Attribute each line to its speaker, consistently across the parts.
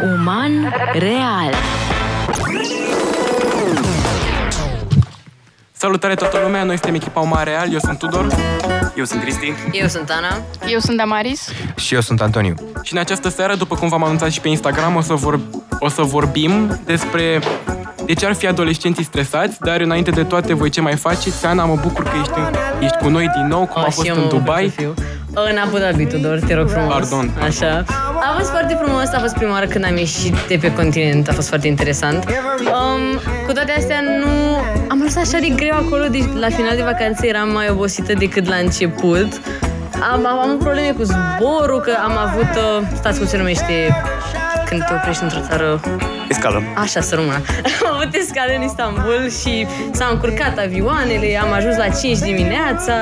Speaker 1: Roman real.
Speaker 2: Salutare toată lumea, noi suntem echipa Oma Real, eu sunt Tudor. Eu sunt Cristi.
Speaker 3: Eu sunt Ana.
Speaker 4: Eu sunt Damaris.
Speaker 5: Și eu sunt Antoniu.
Speaker 2: Și în această seară, după cum v-am anunțat și pe Instagram, o să, vor, o să vorbim despre de ce ar fi adolescenții stresați, dar înainte de toate, voi ce mai faceți? Ana, mă bucur că ești, în, ești cu noi din nou, cum a
Speaker 3: Așa
Speaker 2: fost
Speaker 3: eu
Speaker 2: în
Speaker 3: mă bucur
Speaker 2: Dubai.
Speaker 3: să fiu. În Abu Dhabi, Tudor, te rog frumos.
Speaker 2: Pardon.
Speaker 3: Așa. A fost foarte frumos, a fost prima oară când am ieșit de pe continent, a fost foarte interesant. Um, cu toate astea, nu... Am ajuns așa de greu acolo, deci la final de vacanță eram mai obosită decât la început. Am, am, am avut probleme cu zborul, că am avut... Uh, stați cum se numește când te oprești într-o țară
Speaker 6: Escală.
Speaker 3: Așa să rămână. Am avut escală în Istanbul și s-au încurcat avioanele, am ajuns la 5 dimineața.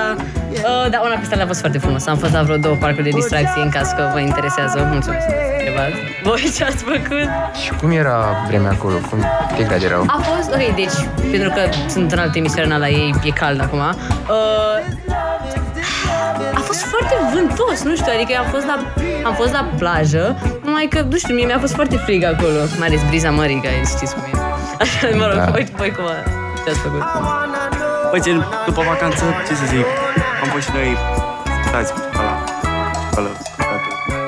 Speaker 3: Uh, dar una peste alta a fost foarte frumos. Am fost la vreo două parcuri de distracție în caz că vă interesează. Mulțumesc că ați întrebat. Voi ce ați făcut?
Speaker 5: Și cum era vremea acolo? Cum, ce grade erau?
Speaker 3: A fost, ok, deci, pentru că sunt în alte emisiune la ei, e cald acum. Uh, a fost foarte vântos, nu știu, adică am fost la, am fost la plajă, numai că, nu știu, mie mi-a fost foarte frig acolo, mai ales briza mării, că știți cum e. Așa, mă rog,
Speaker 5: Da.
Speaker 3: voi, voi cum a, ce ați făcut?
Speaker 6: Păi, ce, după vacanță, ce să zic, am fost și noi stați la școală.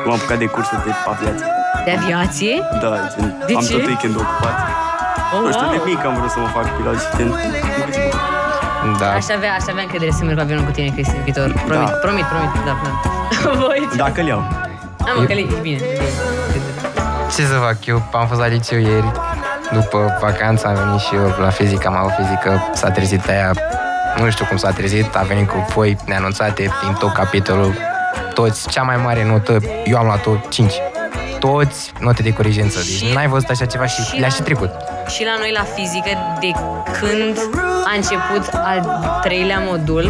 Speaker 6: Nu am apucat de cursuri de aviație.
Speaker 3: De aviație?
Speaker 6: Da, gen,
Speaker 3: De
Speaker 6: am
Speaker 3: ce?
Speaker 6: tot weekendul ocupat.
Speaker 3: Oh,
Speaker 6: Nu știu, de
Speaker 3: wow.
Speaker 6: mic am vrut să mă fac pilot și gen...
Speaker 5: Da.
Speaker 3: Aș avea, aș avea încredere să merg la avionul cu tine, Cristi, în viitor. Promit,
Speaker 6: Da.
Speaker 3: promit, promit, da, da. Voi, ce?
Speaker 6: Dacă îl iau.
Speaker 3: Am că e bine. bine.
Speaker 5: Ce să fac? Eu am fost la liceu ieri. După vacanță am venit și eu la fizică, am avut fizică, s-a trezit aia, nu știu cum s-a trezit, a venit cu foi neanunțate din tot capitolul, toți, cea mai mare notă, eu am luat-o 5. Toți note de corigență, deci
Speaker 3: Și-
Speaker 5: n-ai văzut așa ceva și,
Speaker 3: și
Speaker 5: le-a
Speaker 3: la-
Speaker 5: și trecut.
Speaker 3: Și la noi la fizică, de când a început al treilea modul,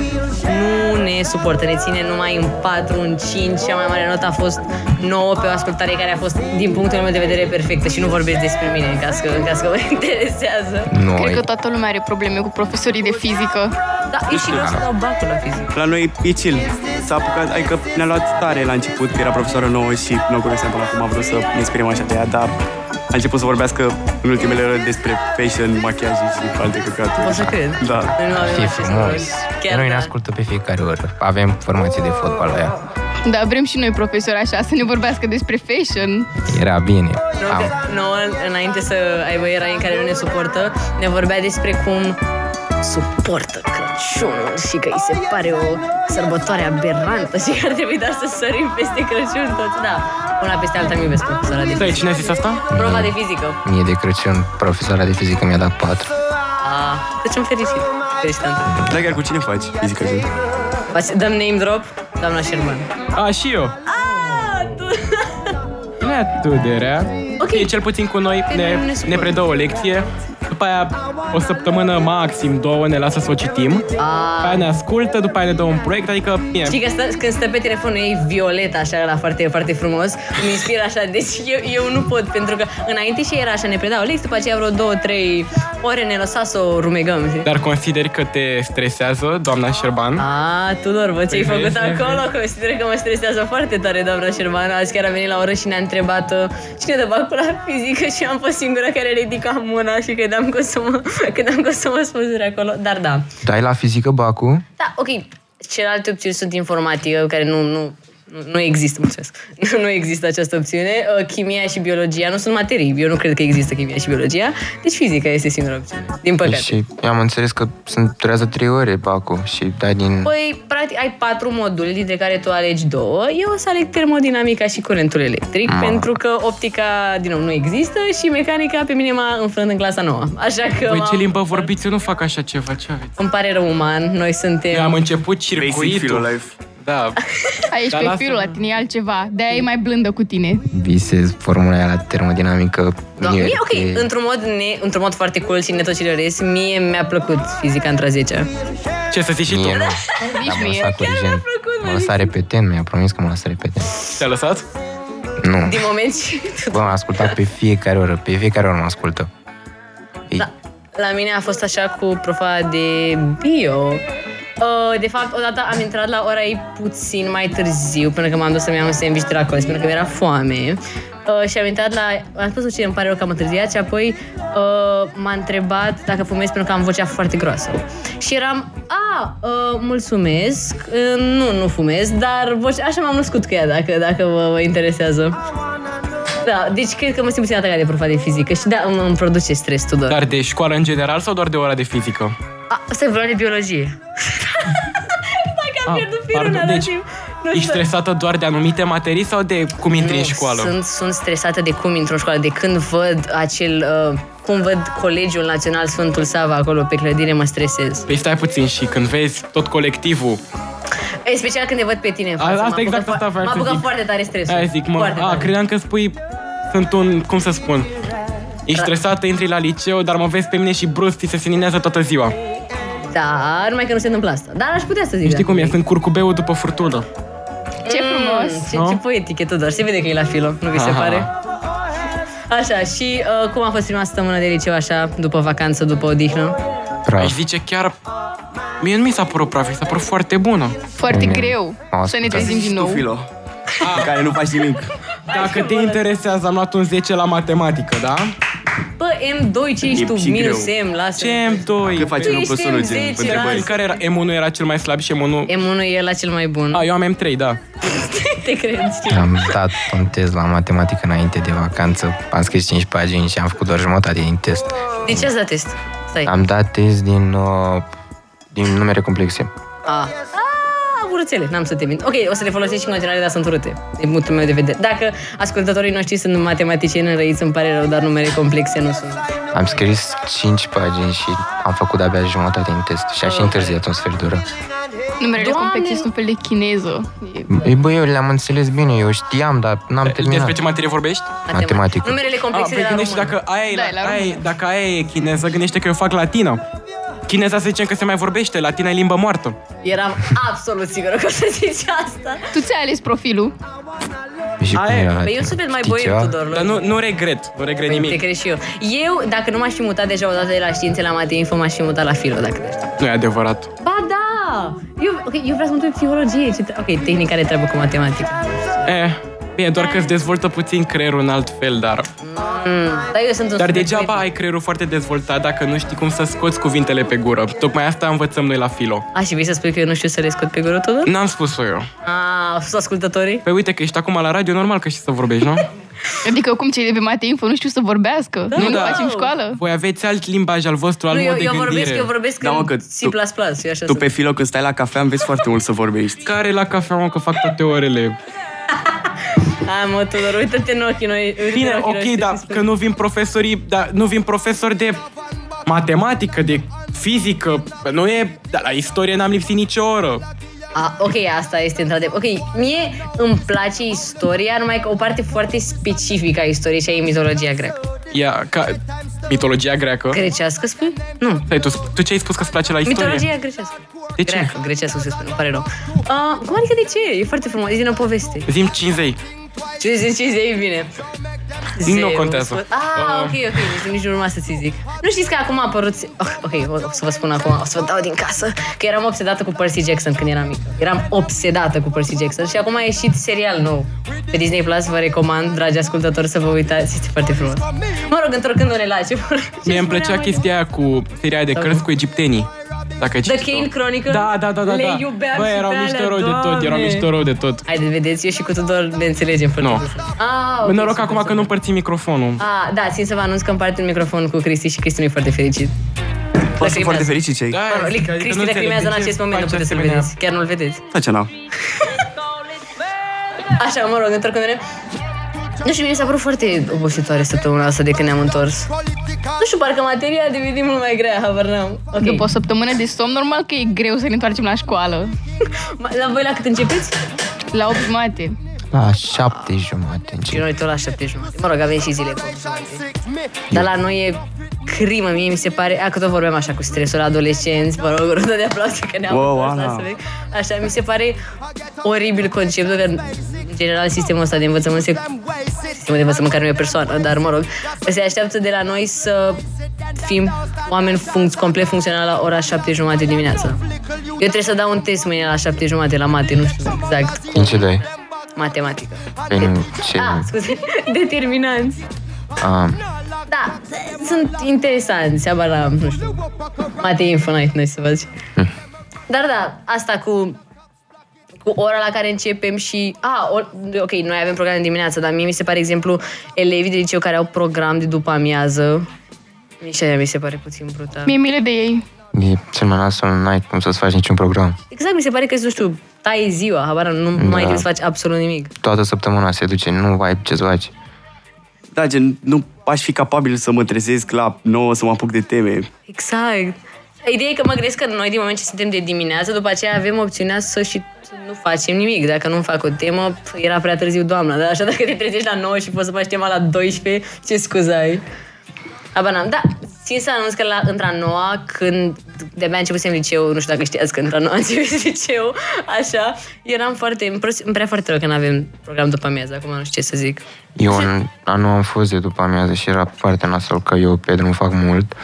Speaker 3: nu ne suportă, ne ține numai în 4, în 5, cea mai mare notă a fost 9 pe o ascultare care a fost, din punctul meu de vedere, perfectă și nu vorbesc despre mine, în caz că, în caz că vă interesează.
Speaker 5: Noi.
Speaker 4: Cred că toată lumea are probleme cu profesorii de fizică.
Speaker 3: Da, e și greu să dau bacul la fizică.
Speaker 6: La noi e chill. S-a apucat, adică ne-a luat tare la început, că era profesoră nouă și nu o cunoșteam până acum, a vrut să ne inspirăm așa de ea, dar a început să vorbească în ultimele ore despre fashion, machiaj și alte căcaturi.
Speaker 3: Pot să cred.
Speaker 6: Da.
Speaker 3: Noi nu avem
Speaker 5: E
Speaker 3: acest rol.
Speaker 5: frumos.
Speaker 3: Chiar
Speaker 5: Noi ne
Speaker 3: da.
Speaker 5: ascultă pe fiecare oră. Avem formații de fotbal la ea.
Speaker 4: Dar vrem și noi profesori așa să ne vorbească despre fashion.
Speaker 5: Era bine.
Speaker 3: Nu,
Speaker 5: Am.
Speaker 3: că nouă, înainte să aibă era în care nu ne suportă, ne vorbea despre cum suportă Crăciunul și că îi se pare o sărbătoare aberrantă și că ar trebui doar să sărim peste Crăciun toți. Da, una peste alta mi iubesc profesora de
Speaker 2: Stai,
Speaker 3: fizică.
Speaker 2: Păi, cine a zis asta?
Speaker 3: Prova de fizică.
Speaker 5: Mie de Crăciun, profesoara de fizică mi-a dat 4.
Speaker 3: Ah, deci un fericit. Fericit, Anton.
Speaker 6: Dar chiar cu cine faci fizică? gen?
Speaker 3: Faci- Dăm name drop, doamna Sherman.
Speaker 2: A, și eu. Nu e atât de rea.
Speaker 3: Ok.
Speaker 2: E cel puțin cu noi,
Speaker 3: Pe
Speaker 2: ne,
Speaker 3: noi nu ne
Speaker 2: ne
Speaker 3: supără.
Speaker 2: predă o lecție. După aia, o săptămână maxim, două, ne lasă să o citim.
Speaker 3: Ah.
Speaker 2: După aia ne ascultă, după aia ne dă un proiect, adică bine.
Speaker 3: Știi că stă, când stă pe telefonul ei violeta, așa, la foarte, foarte frumos, îmi inspiră așa, deci eu, eu nu pot, pentru că înainte și era așa, ne predau lix, după aceea vreo două, trei ore ne lăsa să o rumegăm. știi?
Speaker 2: Dar consideri că te stresează, doamna Șerban?
Speaker 3: A, Tudor, bă, ce-ai
Speaker 2: Păi
Speaker 3: făcut
Speaker 2: vezi,
Speaker 3: acolo? Consider că mă stresează foarte tare, doamna Șerban. Azi chiar a venit la oră și ne-a întrebat uh, cine dă bacul la fizică și am fost singura care ridica mâna și credeam că o să mă, credeam că o să mă spun acolo. Dar da,
Speaker 5: Dai la fizică, Bacu?
Speaker 3: Da, ok. Celelalte opțiuni sunt informatică, care nu, nu, nu- nu există, mulțumesc. Nu, nu există această opțiune. Uh, Chimia și biologia nu sunt materii. Eu nu cred că există chimia și biologia. Deci fizica este singura opțiune. Din păcate.
Speaker 5: Și am înțeles că sunt, durează 3 ore, Bacu, și dai din...
Speaker 3: Păi, practic, ai patru module, dintre care tu alegi două. Eu o să aleg termodinamica și curentul electric,
Speaker 5: Ma.
Speaker 3: pentru că optica, din nou, nu există și mecanica pe mine m-a înfrânt în clasa nouă. Așa că...
Speaker 2: Voi
Speaker 3: m-am-
Speaker 2: Păi ce limbă vorbiți? Eu nu fac așa ceva, ce aveți?
Speaker 3: Îmi pare rău, uman. Noi suntem...
Speaker 2: Eu am început
Speaker 6: Basic Filo
Speaker 2: circuitul.
Speaker 6: Life.
Speaker 2: Da.
Speaker 4: Aici
Speaker 2: Dar
Speaker 4: pe
Speaker 2: lasă-mă.
Speaker 4: firul la tine e altceva. De-aia e mai blândă cu tine.
Speaker 5: Visez formula aia la termodinamică.
Speaker 3: Da.
Speaker 5: Eu-
Speaker 3: Mie, ok,
Speaker 5: e-
Speaker 3: într-un mod, ne, într-un mod foarte cool și netociloresc, mie mi-a plăcut fizica între 10
Speaker 2: Ce să
Speaker 3: Da,
Speaker 2: zici și tu?
Speaker 5: Mie nu.
Speaker 4: Zici
Speaker 5: Dar
Speaker 4: mie.
Speaker 5: mă lăsa Da, cu gen. Mă lăsa repetent, mi-a promis că mă lăsa repetent.
Speaker 2: Te-a lăsat?
Speaker 5: Nu.
Speaker 3: Din moment ce...
Speaker 5: Bă, m-a ascultat pe fiecare oră, pe fiecare oră mă ascultă. Ei,
Speaker 3: Da. La mine a fost așa cu profa de bio. Uh, De fapt, odată am intrat la ora ei puțin mai târziu, până că m-am dus să-mi iau un sandwich de la colț, pentru că mi-era foame. uh, și am intrat la... Am spus cine îmi pare rău că am întârziat și apoi uh, m-a întrebat dacă fumez pentru că am vocea foarte groasă. Și eram, a, uh, mulțumesc, uh, nu, nu fumez, dar voce... așa m-am născut cu ea, dacă, dacă vă, vă interesează. Da, deci cred că mă simt puțin atacat de profa de fizică și da, îmi, îmi produce stres, Tudor.
Speaker 2: Dar de școală în general sau doar de ora de fizică?
Speaker 3: A, Asta e vorba de biologie. Dacă am
Speaker 2: Ah,
Speaker 3: pierdut firul
Speaker 2: pardon, deci
Speaker 3: narativ. nu
Speaker 2: Ești
Speaker 3: știu.
Speaker 2: stresată doar de anumite materii sau de cum intri în școală?
Speaker 3: Sunt, sunt stresată de cum intru în școală, de când văd acel... Uh, cum văd Colegiul Național Sfântul Sava acolo pe clădire, mă stresez.
Speaker 2: Păi stai puțin și când vezi tot colectivul,
Speaker 3: E special când te văd pe tine în
Speaker 2: A,
Speaker 3: față.
Speaker 2: asta
Speaker 3: m-a
Speaker 2: exact
Speaker 3: apucat
Speaker 2: asta
Speaker 3: fo-
Speaker 2: vreau
Speaker 3: M-a
Speaker 2: să
Speaker 3: apucat
Speaker 2: zic.
Speaker 3: foarte tare stresul.
Speaker 2: aia zic, mă,
Speaker 3: Foarte
Speaker 2: a,
Speaker 3: tare.
Speaker 2: credeam că spui, sunt un, cum să spun, ești stresată, intri la liceu, dar mă vezi pe mine și brusc ți se sininează toată ziua.
Speaker 3: Da, numai că nu se întâmplă asta. Dar aș putea să zic.
Speaker 2: Știi
Speaker 3: da.
Speaker 2: cum e, sunt curcubeu după furtună.
Speaker 4: Ce frumos!
Speaker 3: Mm, ce,
Speaker 2: nu?
Speaker 3: ce poetic e, Tudor. Se vede că e la filo, nu vi se
Speaker 2: Aha.
Speaker 3: pare? Așa, și uh, cum a fost prima săptămână de liceu, așa, după vacanță, după odihnă?
Speaker 5: Praf.
Speaker 2: Aș zice chiar, mie nu mi s-a părut praf, mi s-a părut foarte bună.
Speaker 4: Foarte
Speaker 5: Bine.
Speaker 4: greu
Speaker 5: Mă
Speaker 4: să ne
Speaker 5: ascultați.
Speaker 4: trezim din
Speaker 6: Și tu,
Speaker 4: nou.
Speaker 6: Filo, în care nu faci nimic.
Speaker 2: Dacă te interesează, am luat un 10 la matematică, da?
Speaker 3: Bă, M2, ce ești
Speaker 6: E
Speaker 3: tu?
Speaker 6: și greu.
Speaker 3: Minus M, lasă
Speaker 2: Ce M2?
Speaker 6: Că faci
Speaker 3: Tu
Speaker 6: un plus
Speaker 3: ești
Speaker 6: unul
Speaker 3: în
Speaker 6: din
Speaker 3: 10
Speaker 2: În
Speaker 6: întrebări.
Speaker 2: care era M1 era cel mai slab și M1...
Speaker 3: M1 e la cel mai bun.
Speaker 2: A, eu am M3, da.
Speaker 3: Te cred,
Speaker 6: Da.
Speaker 3: știi?
Speaker 5: Am dat un test la matematică înainte de vacanță, am scris 5 pagini și am făcut doar jumătate din test.
Speaker 3: De ce ați dat Deci, test? Stai.
Speaker 5: Am dat test din, uh, din numere complexe.
Speaker 3: A. A, urâțele, n-am să te mint. Ok, o să le folosesc și în continuare, dar sunt urâte. E punctul meu de vedere. Dacă ascultătorii noștri sunt matematicieni înrăiți, îmi pare rău, dar numere complexe nu sunt.
Speaker 5: Am scris 5 pagini și am făcut abia jumătate din test și aș întârziat un sfert de oră.
Speaker 4: Numerele
Speaker 3: Doamne!
Speaker 4: complexe sunt un fel de chineză. E-
Speaker 5: Ei, bă, eu le-am înțeles bine, eu știam, dar n-am terminat.
Speaker 2: Despre ce materie vorbești?
Speaker 5: Matematică.
Speaker 3: Numerele
Speaker 2: A,
Speaker 3: complexe
Speaker 2: păi
Speaker 3: de la
Speaker 2: gândește
Speaker 3: română.
Speaker 2: dacă aia, e,
Speaker 4: Da,
Speaker 2: la,
Speaker 4: e la
Speaker 2: aia e,
Speaker 4: română.
Speaker 2: dacă aia e chineză, gândește că eu fac latină. Chineza să zicem că se mai vorbește, latina e limbă moartă.
Speaker 3: Eram absolut sigură că o să zici asta.
Speaker 4: Tu ți-ai ales profilul.
Speaker 5: Și cum
Speaker 2: Aia e.
Speaker 5: era
Speaker 3: Păi eu
Speaker 5: latină?
Speaker 3: sunt mai
Speaker 5: Știi
Speaker 3: boier,
Speaker 5: ceva?
Speaker 3: Tudor.
Speaker 2: Dar nu, nu regret, nu regret
Speaker 3: Păi, Te
Speaker 2: Da, nimic.
Speaker 3: cred și eu. Eu, dacă nu m-aș fi mutat deja odată de la științe la mate info, m-aș fi mutat la filo, dacă te știu.
Speaker 2: Nu e adevărat.
Speaker 3: Ba da! Eu, okay, eu vreau să mă întreb psihologie. Ce tre- ok, tehnica are treabă cu matematică.
Speaker 2: E, Eh, bine, doar că îți dezvoltă puțin creierul în alt fel, dar...
Speaker 3: Mm, dar eu sunt un
Speaker 2: Dar
Speaker 3: subiect
Speaker 2: degeaba
Speaker 3: tehnic.
Speaker 2: ai creierul foarte dezvoltat dacă nu știi cum să scoți cuvintele pe gură. Tocmai asta învățăm noi la filo.
Speaker 3: A, și vei să spui că eu nu știu să le scot pe gură, Tudor?
Speaker 2: N-am spus-o eu.
Speaker 3: A, sunt ascultătorii?
Speaker 2: Păi uite că ești acum la radio, normal că știi să vorbești, nu?
Speaker 4: Adică cum cei de pe Mate Info nu știu să vorbească. Noi nu
Speaker 2: da.
Speaker 4: facem școală.
Speaker 2: Voi aveți alt limbaj al vostru, alt
Speaker 3: Nu, eu,
Speaker 2: mod de
Speaker 3: eu vorbesc,
Speaker 2: gândire.
Speaker 3: eu vorbesc
Speaker 6: Da, mă,
Speaker 3: în
Speaker 6: că
Speaker 3: C++,
Speaker 6: tu-
Speaker 3: eu așa
Speaker 6: Tu
Speaker 3: sunt.
Speaker 6: pe Filo, când stai la cafea, înveți foarte mult să vorbești.
Speaker 2: Care la cafea, mă, că fac toate orele.
Speaker 3: Hai mă, Tudor, uită-te în ochii noi. uită-te în
Speaker 2: Bine,
Speaker 3: ochii noi
Speaker 2: ok,
Speaker 3: și
Speaker 2: dar
Speaker 3: spune.
Speaker 2: că nu vin profesorii, dar nu vin profesori de matematică, de fizică, Bă, nu e, dar la istorie n-am lipsit nicio oră.
Speaker 3: A, ok, asta este într-adevăr. Ok, mie îmi place istoria, numai că o parte foarte specifică a istoriei și a e mitologia greacă.
Speaker 2: Ia, ca mitologia greacă.
Speaker 3: Grecească spui? Nu.
Speaker 2: Stai, tu, tu ce ai spus că îți place la istorie?
Speaker 3: Mitologia grecească.
Speaker 2: De ce?
Speaker 3: Greacă, grecească se spune, îmi pare rău. Uh, cum adică de ce? E foarte frumos, e din o poveste.
Speaker 2: Zim 50.
Speaker 3: Ce zici, ce zici, bine.
Speaker 2: Păi- Nu contează.
Speaker 3: Ah,
Speaker 2: Uh.
Speaker 3: ok, ok, deci nici nu urma să ți zic. Nu știți că acum a apărut... Oh, ok, o, o să vă spun acum, o să vă dau din casă, că eram obsedată cu Percy Jackson când eram mică. Eram obsedată cu Percy Jackson și acum a ieșit serial nou. Pe Disney Plus vă recomand, dragi ascultători, să vă uitați, este foarte frumos. Mă rog, întorcându-ne la ce
Speaker 2: Mie îmi plăcea chestia aia cu seria aia de cărți cu egiptenii. Dacă ai
Speaker 3: The
Speaker 2: citit-o.
Speaker 3: Kane Chronicle?
Speaker 2: Da, da, da, da.
Speaker 3: Le
Speaker 2: da.
Speaker 3: iubeam
Speaker 2: Bă,
Speaker 3: și
Speaker 2: erau
Speaker 3: pe alea,
Speaker 2: mișto rău de tot, erau
Speaker 3: Doamne.
Speaker 2: mișto rău de tot.
Speaker 3: Haideți, vedeți, eu și cu Tudor ne înțelegem foarte
Speaker 2: Nu.
Speaker 3: no. Ah, ok,
Speaker 2: Mă noroc
Speaker 3: super,
Speaker 2: acum că
Speaker 3: super.
Speaker 2: nu împărțim microfonul.
Speaker 3: Ah, da, țin să vă anunț că împart un microfon cu Cristi și Cristi nu e foarte fericit.
Speaker 6: Poți să
Speaker 3: Lacrimează.
Speaker 6: foarte fericit cei.
Speaker 2: Da,
Speaker 3: Mă rog,
Speaker 2: zic, adică nu
Speaker 3: Cristi
Speaker 2: înțeleg
Speaker 3: lacrimează în
Speaker 2: de ce
Speaker 3: acest moment, nu
Speaker 2: faci
Speaker 3: puteți să-l
Speaker 2: asemenea-
Speaker 3: vedeți. Chiar nu-l vedeți.
Speaker 6: Da, ce n-au.
Speaker 3: Așa, mă rog, întorcându-ne. Nu știu, mie mi s-a părut foarte obositoare săptămâna asta de când ne-am întors. Nu știu, parcă materia a devenit mult mai grea, habar n-am.
Speaker 4: După o
Speaker 3: Ok.
Speaker 4: săptămână de somn, normal că e greu să ne întoarcem la școală.
Speaker 3: Ma- La voi la cât începeți?
Speaker 4: La 8 jumate.
Speaker 5: La șapte jumate.
Speaker 3: Și noi tot la șapte jumate. Mă rog, avem și zile cu opt jumate. Dar la noi e crimă, mie mi se pare, a, că tot vorbeam așa cu stresul la adolescenți, vă rog, o rundă de aplauze că ne-am
Speaker 6: Wow,
Speaker 3: întors
Speaker 6: Ana.
Speaker 3: la subiect. Așa, mi se pare oribil conceptul că, în general, sistemul ăsta de învățământ se sistemul de învățământ care nu e o persoană, dar mă rog, se așteaptă de la noi să fim oameni func- complet funcționali la ora șapte jumate dimineața. Eu trebuie să dau un test mâine la șapte jumate la mate, nu știu exact,
Speaker 5: În ce doi?
Speaker 3: matematică.
Speaker 5: Prin ce...
Speaker 3: Ah, scuze, determinanți.
Speaker 5: Ah,
Speaker 3: Da, sunt interesanți, Aba la, nu știu, Matei Infonite, noi să faci. Dar da, asta cu cu ora la care începem și... A, or, ok, noi avem programe dimineața, dar mie mi se pare, exemplu, elevii de liceu care au program de după amiază. Mie și aia mi se pare puțin brutal.
Speaker 4: Mi-e milă de ei.
Speaker 5: e cel mai nasol, n-ai cum să-ți faci niciun program.
Speaker 3: Exact, mi se pare că, nu știu, tai ziua, habar n- nu mai trebuie să faci absolut nimic.
Speaker 5: Toată săptămâna se duce, nu ai ce să faci.
Speaker 6: Da, gen, nu aș fi capabil să mă trezesc la 9 să mă apuc de teme.
Speaker 3: Exact. Ideea e că mă gândesc că noi din moment ce suntem de dimineață, după aceea avem opțiunea să și să nu facem nimic. Dacă nu fac o temă, pf, era prea târziu doamna. Dar așa dacă te trezești la 9 și poți să faci tema la 12, ce scuzai? Aba n-am. Da, țin să anunț că la între a noua, când de-abia începusem liceu, nu știu dacă știați că între a noua am început liceu, așa, eram foarte, îmi prost- îmi prea foarte rău că nu avem program după amiază, acum nu știu ce să zic.
Speaker 5: Eu în, anul am fost de după amiază și era foarte nasol că eu pe drum fac mult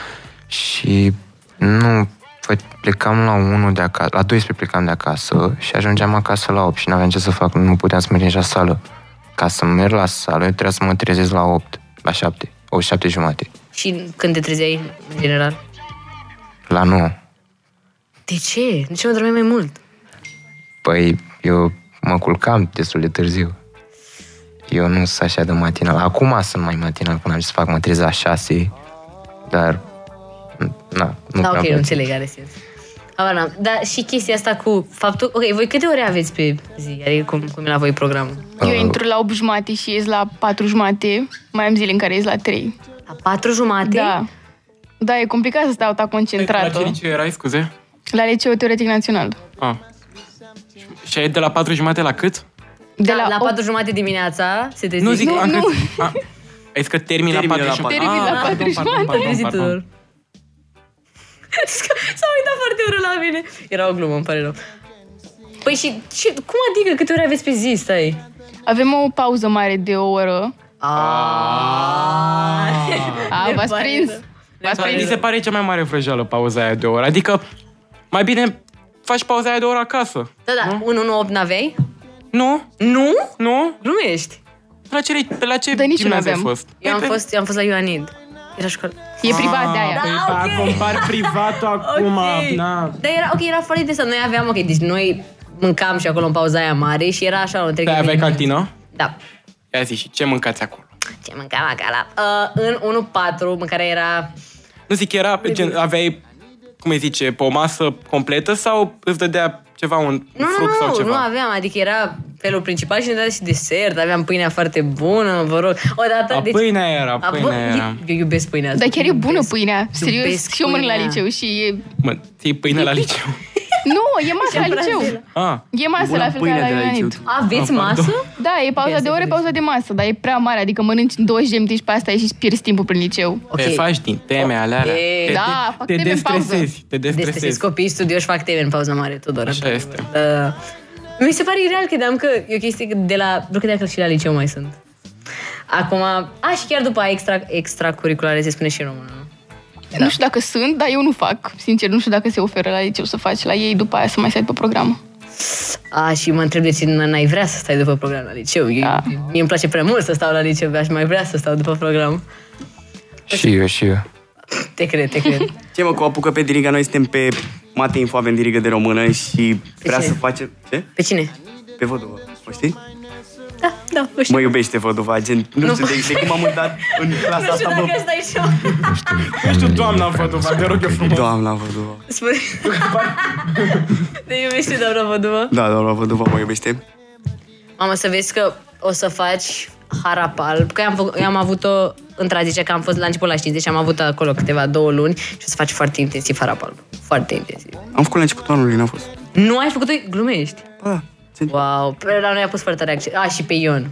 Speaker 5: și nu fă- plecam la 1 de acasă, la 12 plecam de acasă și ajungeam acasă la 8 și n-aveam ce să fac, nu puteam să merg nici la sală. Ca să merg la sală, eu trebuia să mă trezesc la 8, la 7, o 7 jumate,
Speaker 3: Și când te trezeai, în general.
Speaker 5: la 9.
Speaker 3: De ce? De ce mă dormeai mai mult?
Speaker 5: Păi, eu mă culcam destul de târziu. Eu nu sunt așa de matinal. Acum sunt mai matinal când am ce să fac, mă trezesc la 6, dar... Na, nu
Speaker 3: Da,
Speaker 5: prea
Speaker 3: ok,
Speaker 5: pot.
Speaker 3: nu înțeleg, are sens. Habar n-am. Dar și chestia asta cu faptul... Ok, voi câte ore aveți pe zi? Adică cum, cum e la voi programul?
Speaker 6: Ah.
Speaker 4: Eu intru la 8 jumate și ies la 4 jumate. Mai am zile în care ies la 3.
Speaker 3: La patru jumate?
Speaker 4: Da. Da, e complicat să stau ta
Speaker 2: La ce
Speaker 4: concentrată.
Speaker 2: liceu erai, scuze?
Speaker 4: La liceu teoretic național.
Speaker 2: Ah. Și ai de la 4 jumate la cât?
Speaker 4: De
Speaker 3: De Da, la, la
Speaker 4: opt-
Speaker 3: patru jumate dimineața se trezește?
Speaker 2: Nu zic,
Speaker 4: Nu,
Speaker 2: am
Speaker 4: nu.
Speaker 2: crezut- A, ai zis că termin,
Speaker 6: Termin
Speaker 2: la
Speaker 6: la
Speaker 2: 4 jumate.
Speaker 4: patru. Termin la
Speaker 2: Ah,
Speaker 4: patru
Speaker 2: pardon, pardon, pardon,
Speaker 3: Zi,
Speaker 2: pardon.
Speaker 3: Tudor. S-a uitat foarte urât la mine. Era o glumă, îmi pare rău. Păi și, și cum adică câte ore aveți pe zi, stai?
Speaker 4: Avem o pauză mare de o oră. A,
Speaker 3: Ne
Speaker 4: v-ați
Speaker 3: pare
Speaker 4: prins.
Speaker 3: rău.
Speaker 4: V-ați
Speaker 2: Dar Păi, mi
Speaker 4: prins.
Speaker 2: se pare cea mai mare vrăjeală pauza aia de oră. Adică, mai bine faci pauza aia de oră acasă.
Speaker 3: Da, da, 118 n-aveai?
Speaker 2: Nu?
Speaker 3: Nu?
Speaker 2: Nu?
Speaker 3: Glumești?
Speaker 2: La ce, la ce
Speaker 4: Dar nici nu
Speaker 2: gimnaziu ai
Speaker 4: aveam.
Speaker 2: fost?
Speaker 3: Eu am
Speaker 2: Păi,
Speaker 3: fost, eu am fost la Ioanid. Era școală.
Speaker 4: E privat de aia.
Speaker 3: Da,
Speaker 1: Păi,
Speaker 3: ok.
Speaker 1: okay. compar privatul acum, da.
Speaker 3: Ok.
Speaker 1: na.
Speaker 3: Dar era, ok, era foarte interesant. Noi aveam, ok, deci noi mâncam și acolo în pauza aia mare și era așa, o
Speaker 2: Pe
Speaker 3: întregă...
Speaker 2: aia Păi, aveai cantină?
Speaker 3: Da.
Speaker 2: Ia zi și ce mâncați acolo?
Speaker 3: Ce mâncam acala? Uh, în 1-4, mâncarea era...
Speaker 2: Nu zic, era pe gen, aveai, cum îi zice, pe o masă completă sau îți dădea ceva, un
Speaker 3: Nu,
Speaker 2: fruct
Speaker 3: nu,
Speaker 2: sau
Speaker 3: nu,
Speaker 2: ceva?
Speaker 3: nu aveam, adică era felul principal și ne dădea și desert, aveam pâinea foarte bună, vă rog. Odată, deci-
Speaker 2: A, pâinea era,
Speaker 3: A, bă,
Speaker 2: pâinea era.
Speaker 3: eu- Eu iubesc pâinea.
Speaker 4: Dar chiar e bună
Speaker 3: Iubesc.
Speaker 4: pâinea. Serios,
Speaker 3: Iubesc
Speaker 4: și eu mănânc la
Speaker 3: pâinea.
Speaker 4: liceu și e...
Speaker 2: Mă, ții pâine la liceu.
Speaker 4: Nu, e masă la
Speaker 3: Brazil.
Speaker 4: liceu.
Speaker 2: Ah,
Speaker 4: E masă
Speaker 6: Bună
Speaker 4: la fel ca la
Speaker 6: pâine de la liceu.
Speaker 4: Ioanid.
Speaker 3: Aveți
Speaker 2: Ah, pardon.
Speaker 3: masă?
Speaker 4: Da, e pauza
Speaker 3: Bine,
Speaker 4: de ore,
Speaker 3: să
Speaker 4: pauza de masă, dar e prea mare, adică mănânci 20 de minute și pe asta ieși și îți pierzi timpul prin liceu.
Speaker 3: Ok.
Speaker 2: te faci din teme alea. alea.
Speaker 3: E,
Speaker 2: Te-
Speaker 4: da,
Speaker 2: te-
Speaker 4: fac
Speaker 2: te
Speaker 4: teme în pauză.
Speaker 2: destresezi, te
Speaker 3: Deci
Speaker 2: destresezi.
Speaker 3: să copiii studioși fac teme în pauza mare, Tudor.
Speaker 2: Așa este.
Speaker 3: Da. mi se pare ireal, credeam că e o chestie că de la... Nu credeam că și la liceu mai sunt. Acum... A, și chiar după aia extra, extracurriculare se spune și în română, nu?
Speaker 4: Nu știu dacă sunt, dar eu nu fac. Sincer, nu știu dacă se oferă la liceu să faci la ei după aia să mai stai pe program.
Speaker 3: A, și mă întreb de ce n- n-ai vrea să stai după program la liceu. Eu,
Speaker 4: Da.
Speaker 3: Mie îmi place prea mult să stau la liceu, aș mai vrea să stau după program.
Speaker 5: Și eu, și eu.
Speaker 3: Te cred, te cred.
Speaker 6: Ce mă, cu apucă pe diriga, noi suntem pe Mate Info, avem dirigă de română și vrea
Speaker 3: ce?
Speaker 6: să facem... Ce?
Speaker 3: Pe cine?
Speaker 6: Pe Văduvă, o știi?
Speaker 3: Da, da, nu știu.
Speaker 6: Mă iubește Văduvă, gen, nu,
Speaker 3: Nu.
Speaker 6: știu de, de cum am uitat în clasa
Speaker 3: Nu știu
Speaker 6: asta,
Speaker 3: dacă
Speaker 6: mă...
Speaker 3: stai și
Speaker 2: Nu
Speaker 5: Mm.
Speaker 2: știu, doamna văduva, te rog eu frumos.
Speaker 6: Doamna Văduvă.
Speaker 3: Spune.
Speaker 6: Păi-
Speaker 3: Te iubește, doamna Văduvă.
Speaker 6: Da, doamna Văduvă mă iubește.
Speaker 3: Mamă, să vezi că o să faci harap alb, că eu am, făcut, eu am avut-o într-a zice că am fost la început la 50 și am avut acolo câteva două luni și o să faci foarte intensiv harap alb. Foarte intensiv.
Speaker 6: Am făcut la începutul anului, n-a fost.
Speaker 3: Nu ai făcut-o? Glumești.
Speaker 6: Ba, da, gen-
Speaker 3: Wow, pe la noi a pus foarte tare accent. A, și pe Ion.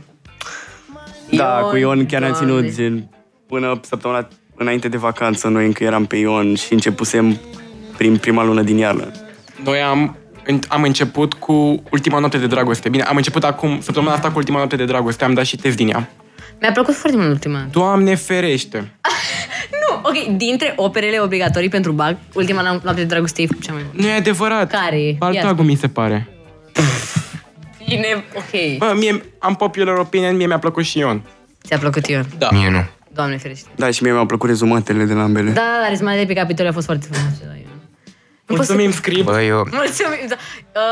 Speaker 6: da, cu Ion chiar ne-a
Speaker 3: Doamne.
Speaker 6: ținut, gen, până săptămâna înainte de vacanță, noi încă eram pe Ion și începusem prin prima lună din iarnă.
Speaker 2: Noi am, în- am început cu ultima noapte de dragoste. Bine, am început acum, săptămâna asta cu ultima noapte de dragoste. Am dat și test din ea.
Speaker 3: Mi-a plăcut foarte mult ultima. dată.
Speaker 2: Doamne ferește!
Speaker 3: Nu, ok, dintre operele obligatorii pentru bag, ultima la noapte de dragoste e cea mai bună.
Speaker 2: Nu e adevărat!
Speaker 3: Care e? Ia
Speaker 2: Baltagul mi se pare.
Speaker 3: Bine, ok.
Speaker 2: Bă, mie, am popular opinion, mie mi-a plăcut și Ion.
Speaker 3: Ți-a plăcut Ion?
Speaker 2: Da.
Speaker 5: Mie nu.
Speaker 3: Doamne ferește.
Speaker 6: Da, și mie mi-au plăcut rezumatele de la ambele.
Speaker 3: Da, da, dar rezumarea de pe capitol a fost foarte frumoasă la Ion. Nu pot să-
Speaker 2: Mulțumim, scrib.
Speaker 5: Bă, eu...
Speaker 3: Mulțumim, da. Uh,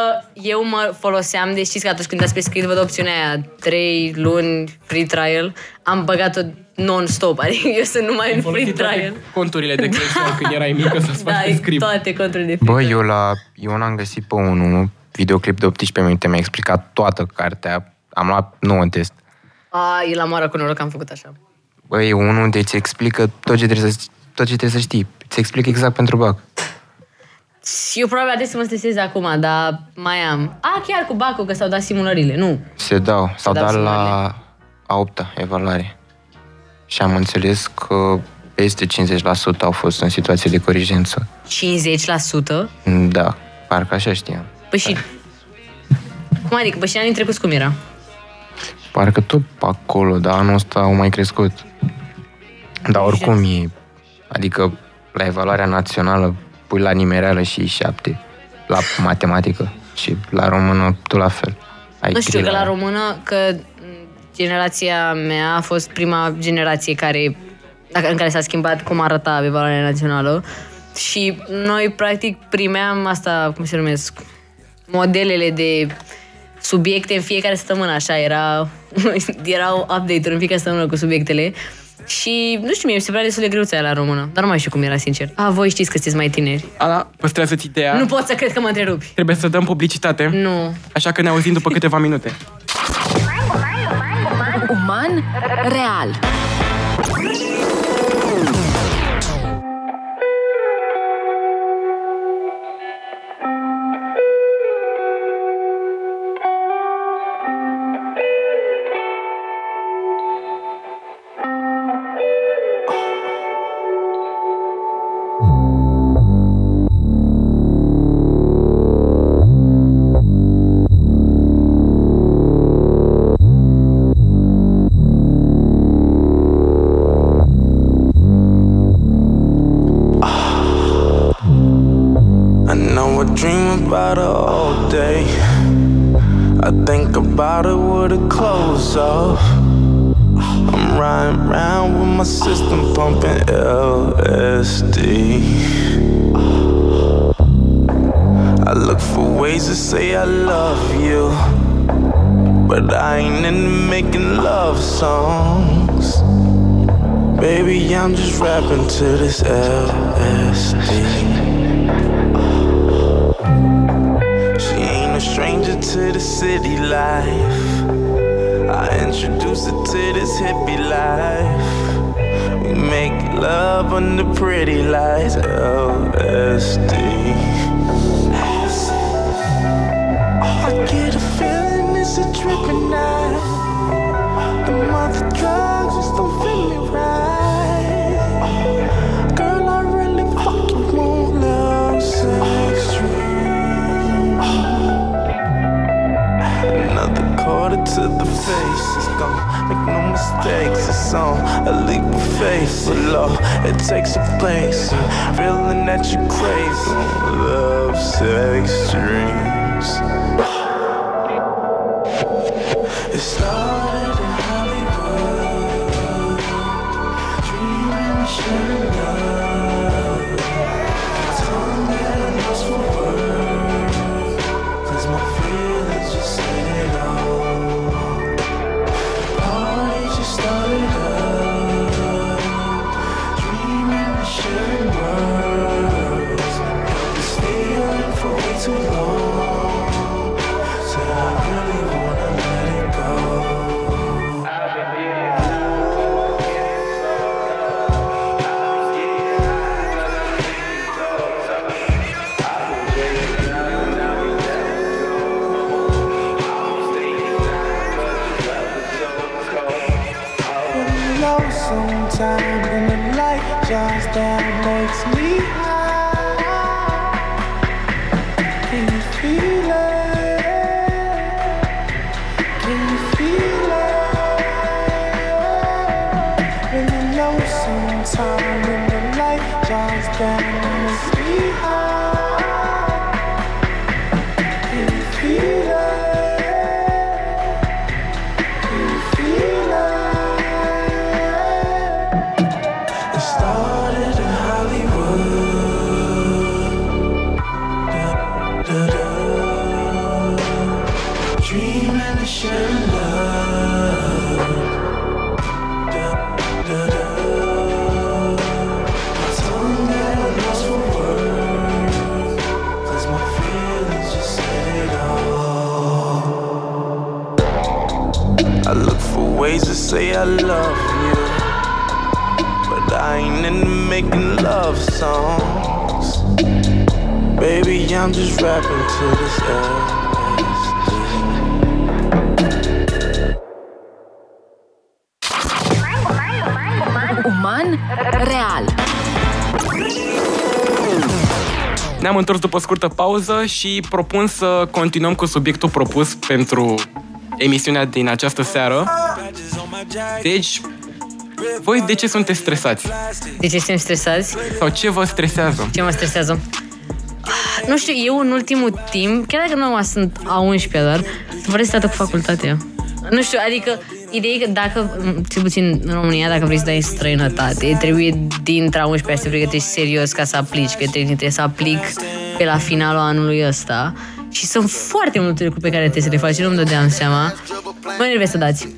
Speaker 3: Eu mă foloseam, deci știți că atunci când dați pe scris, văd opțiunea aia, 3 luni free trial, am băgat-o non-stop, adică eu sunt numai în free
Speaker 2: Folosi toate
Speaker 3: trial.
Speaker 2: Conturile de creștere Păi, când erai mică să-ți
Speaker 3: Da,
Speaker 2: faci scrib.
Speaker 3: toate conturile de free
Speaker 5: Bă,
Speaker 3: trial.
Speaker 5: eu la... Eu n-am găsit pe unul videoclip de 18 minute, mi-a explicat toată cartea, am luat 9 în test.
Speaker 3: A, e la moara cu noroc că am făcut așa.
Speaker 5: Bă, e unul unde ți explică tot ce trebuie să, tot ce trebuie să știi. Ți explic exact pentru bac.
Speaker 3: Eu probabil trebuie să mă stresez acum, dar mai am. A, chiar cu Bacu, că s-au dat simulările, nu.
Speaker 5: Se dau. S-au
Speaker 3: dau
Speaker 5: dat la
Speaker 3: semnale.
Speaker 5: a opta evaluare. Și am înțeles că peste 50% au fost în situație de corigență.
Speaker 3: 50%.
Speaker 5: Da, parcă așa știam.
Speaker 3: Păi și... Cum adică? Păi și în anii trecuți cum era?
Speaker 5: Parcă tot pe acolo, dar anul ăsta au mai crescut.
Speaker 3: Deci
Speaker 5: Dar oricum e... Adică la evaluarea națională pui la nimereală și șapte. La matematică și la română tu la fel. Ai
Speaker 3: Nu știu,
Speaker 5: trei
Speaker 3: că la română, că m, generația mea a fost prima generație care, dacă- în care s-a schimbat cum arăta evaluarea națională și noi, practic, primeam asta, cum se numesc, modelele de subiecte în fiecare săptămână, așa, era, erau update-uri în fiecare săptămână cu subiectele și, nu știu, mie mi se părea destul de greu țara la română, dar nu mai știu cum era, sincer. A, voi știți că sunteți mai tineri.
Speaker 2: Ana, păstrează-ți ideea.
Speaker 3: Nu pot să cred că mă întrerupi.
Speaker 2: Trebuie să dăm publicitate,
Speaker 3: Nu.
Speaker 2: așa că ne auzim după câteva minute.
Speaker 7: Uman real.
Speaker 8: I know I dream about her all day. I think about her with her clothes off. I'm riding round with my system pumping LSD. I look for ways to say I love you, but I ain't into making love songs. Baby, I'm just rapping to this LSD. She ain't a stranger to the city life. I introduced her to this hippie life. We make love under pretty lights, LSD. I get a feeling it's a trippin' night. The mother drugs just don't feel me right. Girl, I really fucking want love sex dream. Another quarter to the face is gone. Make no mistakes, it's on a leap of faith. Below, it takes a place. Feeling that you crazy. Love sex dreams. It started in Hollywood. Dreaming, sharing love. Tongue that I lost for words. Cause my feelings just said it all. Party just started up. Dreaming, sharing words. Held this feeling for way too long. Said I really wanna let it go. low sometimes when the light shines down makes me high. Can you feel it? Can you feel it? Really low sometimes when the light shines down makes me high. Can you feel it?
Speaker 9: I love you. But I ain't into making love songs. Baby, I'm just rapping to this LSD.
Speaker 10: Uman real.
Speaker 2: Ne-am întors după scurtă pauză și propun să continuăm cu subiectul propus pentru emisiunea din această seară. Deci, voi de ce sunteți stresați?
Speaker 3: De ce Deci suntem stresați?
Speaker 2: Sau ce vă stresează?
Speaker 3: Ce mă stresează? Ah, Nu știu, eu în ultimul timp, chiar dacă nu mai sunt a 11-a doar, sunt foarte stată cu facultatea. Nu știu, adică ideea e că dacă, m, cel puțin în România, dacă vrei să dai străinătate, trebuie dintre 11 să te pregătești serios ca să aplici, că trebuie, trebuie să aplic pe la finalul anului ăsta. Și sunt foarte multe lucruri pe care trebuie să le faci, eu nu-mi dădeam seama. Mă enervez să dați.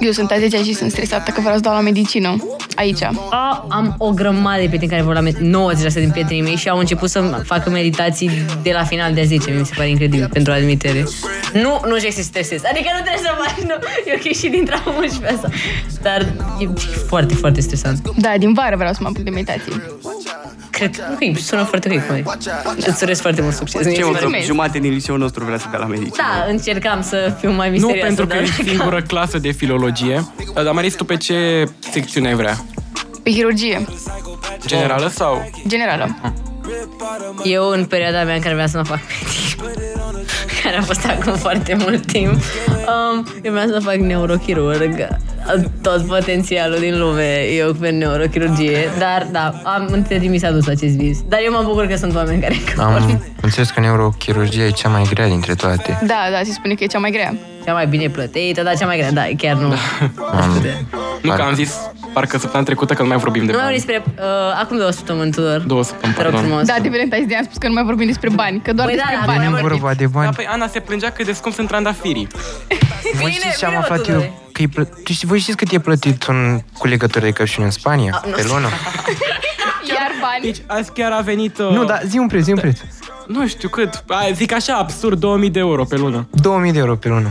Speaker 4: Eu sunt a 10 și sunt stresată că vreau să dau la medicină. Aici.
Speaker 3: A, am o grămadă de prieteni care vor la med- 90% din prietenii mei și au început să facă meditații de la final de a 10. Mi se pare incredibil pentru admitere. Nu, nu știu să stresezi. Adică nu trebuie să faci, nu. E ok și dintre 11 asta. Dar e foarte, foarte stresant.
Speaker 4: Da, din vară vreau să mă apuc de meditație.
Speaker 3: Cred că ok, sună foarte ok. Mai. Îți urez foarte mult succes.
Speaker 6: Ce
Speaker 3: Mi se pare-
Speaker 6: mult, jumate din liceul nostru vrea să dea la medicină.
Speaker 3: Da, încercam să fiu mai
Speaker 2: Nu
Speaker 3: misterioasă. da.
Speaker 2: pentru că
Speaker 3: dar-
Speaker 2: ești singură clasă de filologie, dar Maris, tu pe ce secțiune ai vrea?
Speaker 4: Pe chirurgie,
Speaker 2: Generală sau?
Speaker 4: generală.
Speaker 3: Eu, în perioada mea în care vreau să mă fac pedicure, care a fost acum foarte mult timp, um, eu vreau să fac neurochirurg. Tot potențialul din lume eu pe neurochirurgie, dar da, am între mi s-a dus acest vis. Dar eu mă bucur că sunt oameni care
Speaker 5: Am
Speaker 3: Am...
Speaker 5: înțeles că neurochirurgia e cea mai grea dintre toate.
Speaker 4: Da, da, se spune că e cea mai grea.
Speaker 3: Cea mai bine plătită, dar cea mai grea, da, chiar nu.
Speaker 5: Am,
Speaker 2: Nu că am zis, parcă săptămâna trecută că nu mai vorbim de
Speaker 3: Nu mai vorbim
Speaker 2: bani.
Speaker 3: despre... Uh, acum două săptămâni, Tudor.
Speaker 2: Două săptămâni,
Speaker 3: Te rog
Speaker 2: pardon.
Speaker 3: frumos.
Speaker 4: Da, de vreme ai de am spus că nu mai vorbim despre bani, că doar
Speaker 3: Păi da,
Speaker 4: despre
Speaker 3: da,
Speaker 4: bani.
Speaker 3: da,
Speaker 4: am
Speaker 5: nu
Speaker 3: vorbit.
Speaker 5: vorba de
Speaker 2: Da,
Speaker 5: bani.
Speaker 2: păi Ana se plângea că de scump sunt trandafirii.
Speaker 5: Voi
Speaker 3: Bine,
Speaker 5: știți ce am
Speaker 3: bine, mă,
Speaker 5: aflat
Speaker 3: Tudore.
Speaker 5: eu? Că e plă... tu știi, voi știți cât e plătit un culegător de căpșuni în Spania?
Speaker 3: Ah, nu
Speaker 5: pe
Speaker 3: știu.
Speaker 5: lună?
Speaker 3: da.
Speaker 4: Iar bani.
Speaker 2: Deci azi chiar a venit... Uh,
Speaker 5: Nu, dar zi un preț, zi un preț.
Speaker 2: Nu știu cât, a, zic așa, absurd, 2000 de euro pe lună.
Speaker 5: 2000 de euro pe lună.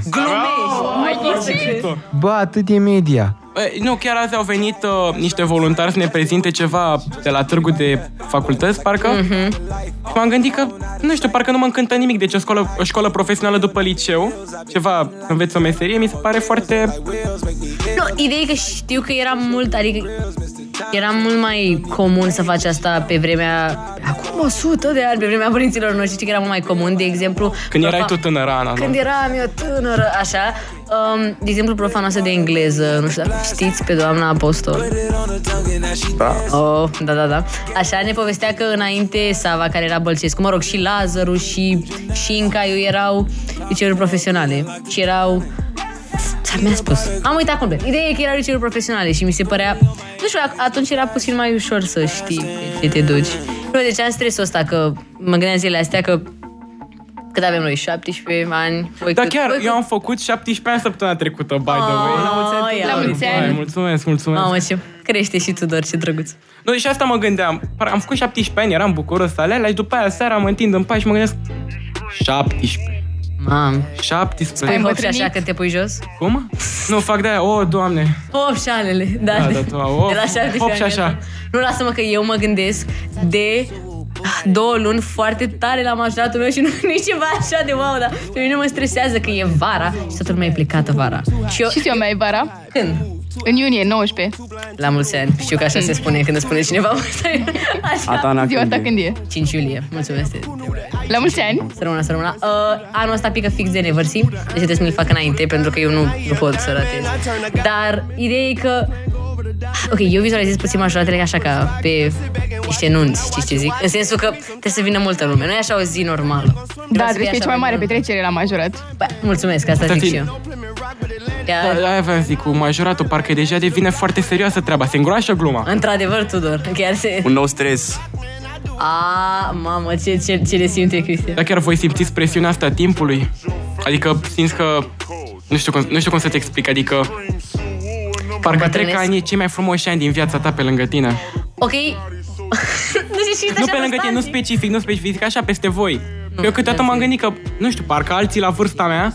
Speaker 5: Bă, atât e media.
Speaker 2: Bă, Nu, chiar azi au venit uh, niște voluntari să ne prezinte ceva de la târgul de facultăți, parcă. Mm-hmm. Și m-am gândit că, nu știu, parcă nu mă încântă nimic. Deci o școală, o școală profesională după liceu, ceva, să înveți o meserie, mi se pare foarte...
Speaker 3: Nu, ideea e că știu că era mult, adică era mult mai comun să faci asta pe vremea, acum 100 de ani, pe vremea părinților noștri, știi că era mult mai comun, de exemplu...
Speaker 2: Când erai
Speaker 3: profa-
Speaker 2: tu tânără, Ana,
Speaker 3: Când
Speaker 2: nu?
Speaker 3: eram eu tânără, așa, um, de exemplu, profa noastră de engleză, nu știu dacă știți pe doamna Apostol. Da. Oh, da, da, da. Așa ne povestea că înainte Sava, care era Bălcescu, mă rog, și Lazaru și și Incaiu erau liceuri profesionale și erau Ți-am mi-a spus. Am uitat complet. Ideea e că erau liceuri profesionale și mi se părea... Nu știu, ac- atunci era puțin mai ușor să știi ce te duci. Nu, deci am stresul ăsta că mă gândeam zilele astea că cât avem noi, 17 ani? Voi
Speaker 2: Da,
Speaker 3: cât,
Speaker 2: chiar,
Speaker 3: voi cât?
Speaker 2: eu am făcut 17 ani săptămâna trecută, by the way.
Speaker 3: Oh, ia
Speaker 4: La
Speaker 3: uite.
Speaker 4: mulți
Speaker 2: Hai,
Speaker 4: ani.
Speaker 2: mulțumesc, mulțumesc.
Speaker 3: Mamă, ce crește și tu, doar ce drăguț.
Speaker 2: Nu, și asta mă gândeam. Par- Am făcut 17 ani, eram bucuros să alea, și după aia seara mă întind în pat și mă gândesc... 17,
Speaker 3: Mam.
Speaker 2: 17,
Speaker 3: Ai hopi
Speaker 4: îmbătrânit?
Speaker 3: Păi, așa că te pui jos?
Speaker 2: cum? Nu, fac de aia, o, oh, doamne.
Speaker 3: Hop și alele, da.
Speaker 2: Da, da, tu, hop,
Speaker 3: de la șapte
Speaker 2: hop și
Speaker 3: ani,
Speaker 2: așa.
Speaker 3: da. Nu, lasă-mă că eu mă gândesc de două luni foarte tare la majoratul meu și nu nici ceva așa de wow, dar pe mine mă stresează că e vara și toată lumea e plecată vara. Și eu,
Speaker 4: Și eu mai e vara?
Speaker 3: când?
Speaker 4: În iunie, 19.
Speaker 3: La mulți ani. Știu că așa se spune când îți spune cineva
Speaker 6: A ta,
Speaker 3: Așa.
Speaker 6: Ana,
Speaker 4: Ziua
Speaker 6: când
Speaker 4: ta
Speaker 6: e?
Speaker 4: când e?
Speaker 3: 5 iulie. Mulțumesc. de-
Speaker 4: La mulți ani.
Speaker 3: Să rămână, să rămână. Uh, anul ăsta pică fix de nevărsi, deci trebuie să mi-l fac înainte, pentru că eu nu, nu pot să ratez. Dar ideea e că Ok, eu vizualizez puțin majoratele așa ca pe niște nunți, știi ce zic? În sensul că trebuie să vină multă lume, nu e așa o zi normală.
Speaker 4: Da,
Speaker 3: să fie
Speaker 4: trebuie să fie
Speaker 3: așa
Speaker 4: cea mai mare
Speaker 3: mult.
Speaker 4: petrecere la majorat.
Speaker 3: Ba, mulțumesc, asta zic
Speaker 2: Tati.
Speaker 3: și eu. Ia,
Speaker 2: Da, Aia vreau să zic, cu majoratul, parcă deja devine foarte serioasă treaba. Se îngroașă gluma.
Speaker 3: într-adevăr, Tudor, chiar se...
Speaker 6: Un nou stres.
Speaker 3: A, mamă, ce, ce, ce le simte Cristian.
Speaker 2: Dar chiar voi simțiți presiunea asta a timpului? Adică simți că... Nu știu, cum, nu știu cum să te explic, adică... Parcă trec
Speaker 3: Îmbătrânesc.
Speaker 2: anii cei mai frumoși ani din viața ta pe lângă tine.
Speaker 3: Ok, nu știu, și
Speaker 2: nu pe lângă tine, nu specific, nu specific, așa peste voi. Eu câteodată m-am gândit că, nu știu, parcă alții la vârsta mea,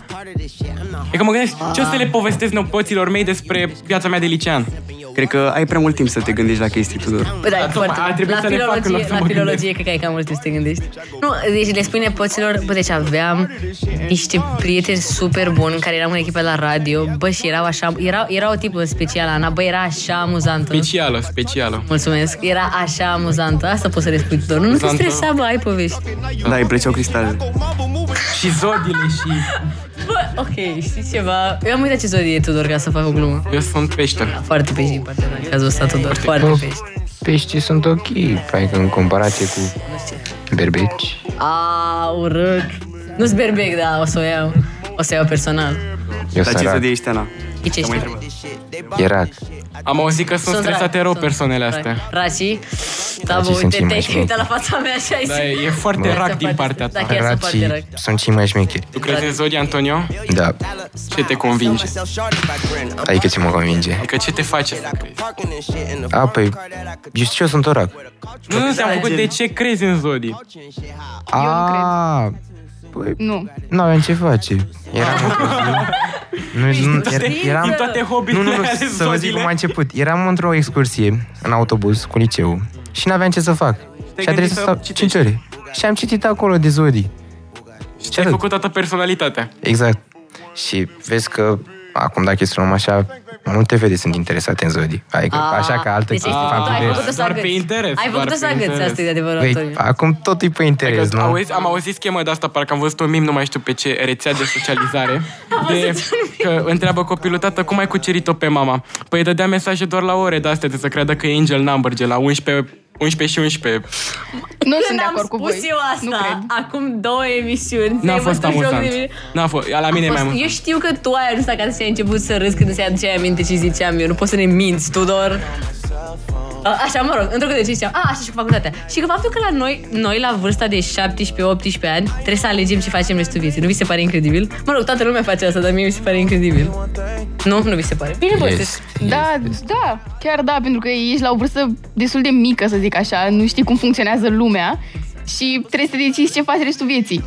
Speaker 2: e că mă gândesc ce o să le povestesc nepoților mei despre viața mea de licean.
Speaker 6: Cred că ai prea mult timp să te gândești la chestii, Tudor.
Speaker 3: Bă, da,
Speaker 2: Dar
Speaker 3: foarte.
Speaker 2: tocmai ar trebui
Speaker 3: la
Speaker 2: să ne facă
Speaker 3: filologie,
Speaker 2: loc să
Speaker 3: la
Speaker 2: mă
Speaker 3: filologie cred că ai cam mult timp să te gândești. Nu, deci le spui nepoților, bă, deci aveam niște prieteni super buni care eram în echipă la radio, bă, și erau așa, era, era o tipă specială, Ana, bă, era așa amuzantă.
Speaker 2: Specială, specială.
Speaker 3: Mulțumesc, era așa amuzantă. Asta poți să le spui doar. Nu te
Speaker 2: Amuzantă.
Speaker 3: stresa, bă, ai povești.
Speaker 6: Da, îi plăceau cristale.
Speaker 2: Și zodile și...
Speaker 3: Bă, ok, știi ceva? Eu am uitat ce zodie e Tudor ca să fac o glumă.
Speaker 2: Eu sunt pește.
Speaker 3: Foarte pești din partea mea, în cazul ăsta, Tudor, foarte pești.
Speaker 5: Peștii sunt ok, adică în comparație cu berbeci.
Speaker 3: A, urât. Nu-s berbec, da, o să o iau. O să o iau personal.
Speaker 5: Eu
Speaker 6: Dar ce
Speaker 5: sărac,
Speaker 6: să ești, Ana?
Speaker 3: E ce știi?
Speaker 5: irac.
Speaker 2: Am auzit că sunt stresate rău persoanele astea.
Speaker 3: Raci? Da, bă,
Speaker 5: Racii sunt
Speaker 3: uite,
Speaker 5: cei mai
Speaker 3: te-ai
Speaker 5: șmecheri.
Speaker 3: uitat la fața mea și ai
Speaker 2: Da,
Speaker 3: zis.
Speaker 2: e, e foarte
Speaker 5: Bă.
Speaker 2: rac din partea ta.
Speaker 3: Dacă- Chiar sunt
Speaker 5: Iracii
Speaker 3: foarte răi.
Speaker 5: sunt cei mai șmecheri.
Speaker 2: Tu crezi în Zodia, Antonio?
Speaker 5: Da,
Speaker 2: Ce te convinge?
Speaker 5: adică ce mă convinge.
Speaker 2: Adică ce te face să crezi?
Speaker 5: A, păi, eu știu, eu sunt orac.
Speaker 2: Nu, nu, te-am făcut de ce crezi în Zodii.
Speaker 5: A, păi,
Speaker 4: Nu.
Speaker 5: nu avem ce face. Eram nu, nu, era,
Speaker 2: Din
Speaker 5: eram,
Speaker 2: toate
Speaker 5: nu, nu,
Speaker 2: hobbiturile
Speaker 5: nu,
Speaker 2: ale
Speaker 5: să vă zic cum a
Speaker 2: Zodiile.
Speaker 5: început. Eram într-o excursie în autobuz cu liceu și n-aveam ce să fac. Și a
Speaker 2: gândit
Speaker 5: trebuit
Speaker 2: să
Speaker 5: să stau
Speaker 2: citești.
Speaker 5: 5 ore. Și am citit acolo de zodii.
Speaker 2: Și ți-ai făcut toată personalitatea.
Speaker 5: Exact. Și vezi că acum dacă este luăm așa, multe fete sunt interesate în zodii. Adică,
Speaker 3: A,
Speaker 5: așa ca alte
Speaker 3: deci
Speaker 5: chestii,
Speaker 3: ai- tu
Speaker 5: faptul
Speaker 3: ai
Speaker 5: de...
Speaker 3: făcut-o să
Speaker 2: Doar
Speaker 3: agăți.
Speaker 2: pe interes,
Speaker 3: Ai
Speaker 2: doar
Speaker 3: făcut-o să
Speaker 2: pe
Speaker 3: agăți,
Speaker 2: interes.
Speaker 3: asta e de adevărat,
Speaker 5: Păi,
Speaker 3: Antonio.
Speaker 5: acum tot e pe interes,
Speaker 2: Că
Speaker 5: nu?
Speaker 2: auzi, am auzit schemă de asta, parcă am văzut un mim, nu mai știu pe ce rețea de socializare, de, că întreabă copilul, tată, cum ai cucerit-o pe mama? Păi îi dădea mesaje doar la ore de astea, de să creadă că e angel number, gen la 11, 11 și 11.
Speaker 4: Nu
Speaker 3: Când
Speaker 4: sunt de
Speaker 3: am
Speaker 4: acord cu
Speaker 3: spus
Speaker 4: voi.
Speaker 3: eu
Speaker 4: Nu
Speaker 3: asta,
Speaker 4: cred.
Speaker 3: acum două emisiuni.
Speaker 2: N-a
Speaker 3: te-ai
Speaker 2: fost
Speaker 3: bătut joc de
Speaker 2: amuzant.
Speaker 3: mine.
Speaker 2: N-a fost, la mine e mai
Speaker 3: Fost-
Speaker 2: mult.
Speaker 3: Eu știu că tu ai ajuns acasă și ai început să râzi când îți aduceai aminte ce ziceam eu. Nu poți să ne minți, Tudor. A, Așa, mă rog, într-o de ce ziceam? A, așa și cu facultatea. Și că faptul că la noi, noi la vârsta de 17-18 ani, trebuie să alegem ce facem restul vieții. Nu vi se pare incredibil? Mă rog, toată lumea face asta, dar mie mi se pare incredibil. Nu? Nu vi se pare? Bine, yes.
Speaker 5: Yes.
Speaker 2: Păi,
Speaker 4: Da, da, chiar da, pentru că ești la o vârstă destul de mică, să zic așa, nu știi cum funcționează lumea și trebuie să decizi ce faci restul vieții.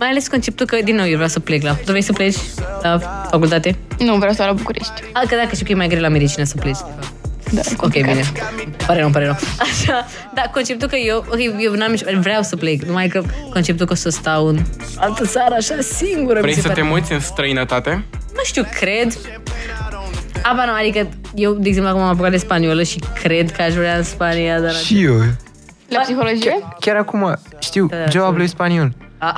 Speaker 3: Mai ales conceptul că, din nou, eu vreau să plec la... Tu vrei să pleci la facultate?
Speaker 4: Nu, vreau să la București.
Speaker 3: A, că Adică dacă știu că e mai greu la medicină să pleci, de fapt.
Speaker 4: Da,
Speaker 3: Ok, bine. Pare rău, pare rău. Așa, dar conceptul că eu, ok, eu n-am nici, vreau să plec, numai că conceptul că o să stau în altă țară așa singură.
Speaker 2: Vrei
Speaker 3: mi se
Speaker 2: să
Speaker 3: pare-
Speaker 2: te muți în străinătate?
Speaker 3: Nu știu, cred. Aba nu, adică eu, de exemplu, acum am apucat de spaniolă și cred că aș vrea în Spania, dar...
Speaker 5: Și eu.
Speaker 4: La psihologie?
Speaker 5: Chiar acum, știu,
Speaker 3: Da,
Speaker 5: job lui spaniol.
Speaker 3: A,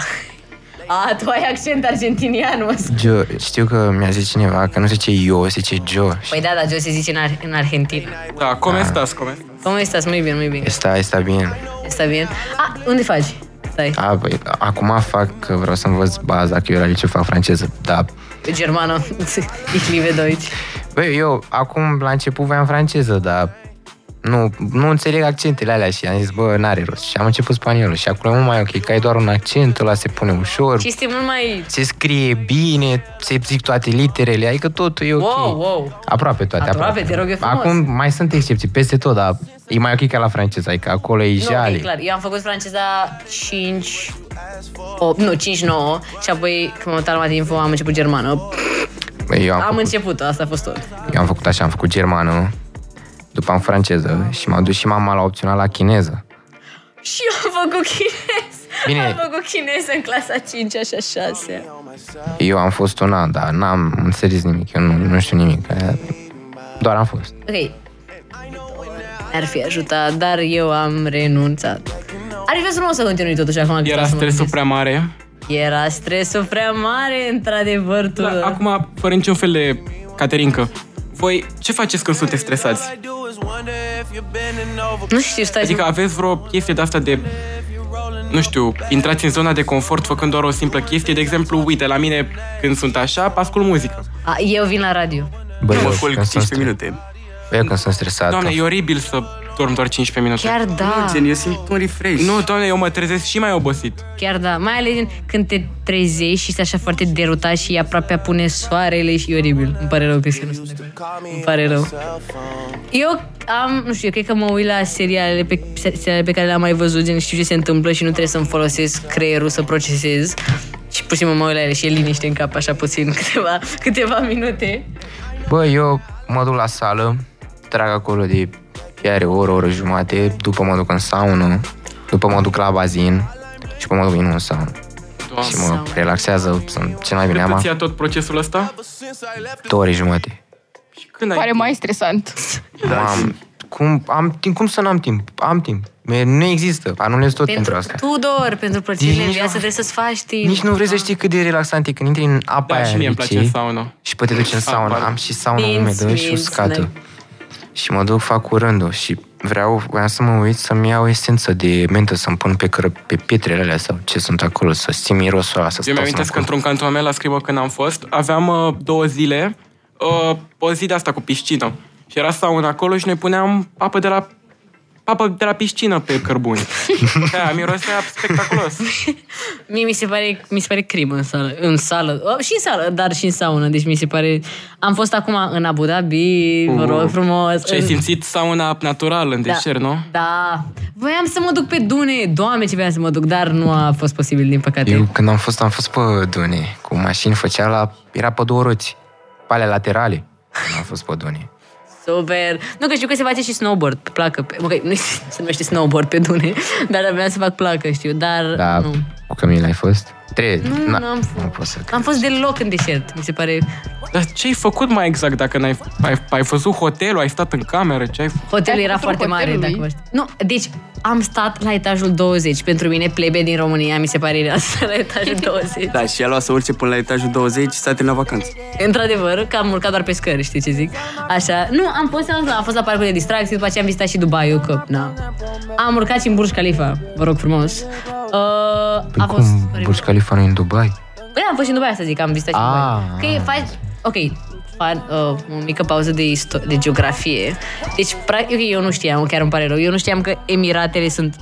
Speaker 3: a, tu ai accent argentinian, mă sc-
Speaker 5: Jo, știu că mi-a zis cineva că nu se zice eu, se zice Jo.
Speaker 3: Păi da, da, Joe se zice în, Ar- în Argentina.
Speaker 2: Da, cum estas, cum estas?
Speaker 3: Cum estás? Muy bien, muy bien.
Speaker 5: Asta, asta bine.
Speaker 3: Está bien. A, unde faci? Stai.
Speaker 5: A, păi, acum fac că vreau să învăț baza, că eu la liceu fac franceză, da.
Speaker 3: Germană. Ich liebe Deutsch.
Speaker 5: Băi, eu acum la început voiam franceză, dar nu, nu înțeleg accentele alea și am zis, bă, n-are rost. Și am început spaniolul și acolo e mult mai ok, că ai doar un accent, ăla se pune ușor,
Speaker 3: Și este mult mai...
Speaker 5: se scrie bine, se zic toate literele, adică totul e ok.
Speaker 3: Wow, wow.
Speaker 5: Aproape toate.
Speaker 3: Aproape, te rog eu frumos.
Speaker 5: Acum mai sunt excepții peste tot, dar e mai ok ca la franceză, adică acolo e
Speaker 3: Nu, e
Speaker 5: jale.
Speaker 3: clar. Eu am făcut franceza 5... 8, nu, 5-9 și apoi când m-am uitat la matinfo am început germană.
Speaker 5: Băi, eu am,
Speaker 3: Am
Speaker 5: făcut,
Speaker 3: început, asta a fost tot.
Speaker 5: eu am făcut așa, am făcut germană, după am franceză și m-a dus și mama la opțional la chineză.
Speaker 3: Și eu am făcut chinez.
Speaker 5: Bine.
Speaker 3: Am făcut chineză în clasa 5 și a 6
Speaker 5: Eu am fost un an, dar n-am înțeles nimic, eu nu, nu știu nimic. Doar am fost.
Speaker 3: Ok. Ar fi ajutat, dar eu am renunțat. Ar fi frumos să continui totuși acum. că
Speaker 2: Era
Speaker 3: vreau să mă
Speaker 2: stresul
Speaker 3: gândesc.
Speaker 2: prea mare.
Speaker 3: Era stresul prea mare, într-adevăr, tu.
Speaker 2: Da, acum, fără niciun fel de caterincă, voi ce faceți când sunteți stresați?
Speaker 3: Nu știu, stai
Speaker 2: Adică aveți vreo chestie de asta de nu știu, intrați în zona de confort făcând doar o simplă chestie. De exemplu, uite, la mine când sunt așa, ascult muzică.
Speaker 3: A, eu vin la radio.
Speaker 5: Bă,
Speaker 6: Mă
Speaker 5: eu,
Speaker 6: culc
Speaker 5: când sunt
Speaker 6: 15
Speaker 5: stre-
Speaker 6: minute.
Speaker 5: eu când sunt stresat,
Speaker 2: Doamne,
Speaker 5: Doamne,
Speaker 2: e oribil să dorm doar 15
Speaker 3: Chiar
Speaker 2: minute.
Speaker 3: da.
Speaker 6: Gen, eu simt un refresh.
Speaker 2: Nu, doamne, eu mă trezesc și mai obosit.
Speaker 3: Chiar da, mai ales în- când te trezești și ești așa foarte derutat și aproape apune soarele și e oribil. Îmi pare rău că nu sunt de acord. Îmi pare rău. Eu am, nu știu, eu cred că mă uit la serialele pe, serialele pe care le-am mai văzut, gen știu ce se întâmplă și nu trebuie să-mi folosesc creierul să procesez. Și pur și simplu mă uit la ele și e liniște în cap așa puțin câteva, câteva minute.
Speaker 5: Bă, eu mă duc la sală, trag acolo de fiare o oră, o oră jumate, după mă duc în saună, după mă duc la bazin și după mă duc din nou în saună.
Speaker 2: Doamne.
Speaker 5: Și mă relaxează, sunt cel mai bine
Speaker 2: Cât
Speaker 5: am
Speaker 2: îți ia tot procesul ăsta?
Speaker 5: două ore jumate.
Speaker 2: Și când ai
Speaker 4: Pare mai stresant.
Speaker 5: Mam, cum, am, timp- cum să n-am timp? Am timp. E- Nu există, anulez tot pentru,
Speaker 3: Pentru
Speaker 5: asta.
Speaker 3: Tudor, pentru plăcerile în
Speaker 5: Nici nu-
Speaker 3: viață trebuie să-ți faci timp.
Speaker 5: Nici nu vrei să știi cât de relaxant e când intri în apa
Speaker 2: Da,
Speaker 5: aia
Speaker 2: și mie îmi place
Speaker 5: licei
Speaker 2: sauna. Ah,
Speaker 5: Și poate duci în sauna.
Speaker 2: pardon.
Speaker 5: Am și sauna
Speaker 3: Minți,
Speaker 5: umedă și
Speaker 3: minți,
Speaker 5: uscată.
Speaker 3: da.
Speaker 5: Și mă duc, fac curândul și vreau, voiam să mă uit să-mi iau esență de mentă, să-mi pun pe, cără, pe pietrele alea sau ce sunt acolo, să simt mirosul ăla, să
Speaker 2: Eu
Speaker 5: stau
Speaker 2: mi-am
Speaker 5: să mă
Speaker 2: că într-un cantonament la scribă când am fost, aveam uh, două zile, uh, o zi de asta cu piscină. Și era sauna acolo și noi puneam apă de la apă de la piscină pe cărbuni. Aia mirosea spectaculos.
Speaker 3: Mie mi se pare, mi se pare crimă în sală, în sală, Oh, și în sală, dar și în saună, deci mi se pare... Am fost acum în Abu Dhabi,
Speaker 5: Uh,
Speaker 3: vă rog frumos.
Speaker 2: Și ai
Speaker 3: în...
Speaker 2: simțit sauna natural în deșert, nu?
Speaker 3: Da. Voiam să mă duc pe Dune, doamne ce voiam să mă duc, dar nu a fost posibil din păcate.
Speaker 5: Eu când am fost, am fost pe Dune, cu mașini, făcea la, era pe două roți, pe alea laterale, când am fost pe Dune.
Speaker 3: Super! Nu, că știu că se face și snowboard pe placă. Pe... Okay, nu se numește snowboard pe Dune, dar vreau să fac placă, știu, dar
Speaker 5: Da,
Speaker 3: nu.
Speaker 5: cu Camila ai fost? Trei.
Speaker 3: Nu,
Speaker 5: na,
Speaker 3: nu am fost.
Speaker 5: Nu pot să
Speaker 3: Am fost deloc în deșert, mi se pare.
Speaker 2: Dar ce ai făcut mai exact dacă n-ai, ai, ai văzut hotelul, ai stat în cameră, ce ai făcut?
Speaker 3: Hotelul
Speaker 4: Dar
Speaker 3: era
Speaker 4: cu
Speaker 3: foarte mare,
Speaker 4: hotelului.
Speaker 3: dacă vă știți. Nu, deci am stat la etajul 20. Pentru mine, plebe din România, mi se pare era să stai la etajul 20.
Speaker 6: Da, și el a să urce până la etajul 20 și s-a terminat vacanță.
Speaker 3: Într-adevăr, că am urcat doar pe scări, știi ce zic? Așa, nu, am fost, am fost la parcul de distracție, după aceea am vizitat și Dubai, că, na. Am urcat și în Burj Khalifa, vă rog frumos. Uh, a fost...
Speaker 5: Păi Cum Burj Khalifa nu e în Dubai?
Speaker 3: Păi am fost și în Dubai, să zic, am vizitat și în
Speaker 5: Ah.
Speaker 3: Dubai. Că e, faci, ok, fac uh, o mică pauză de, isto- de geografie. Deci, practic, ok, eu nu știam, chiar îmi pare rău, eu nu știam că Emiratele sunt...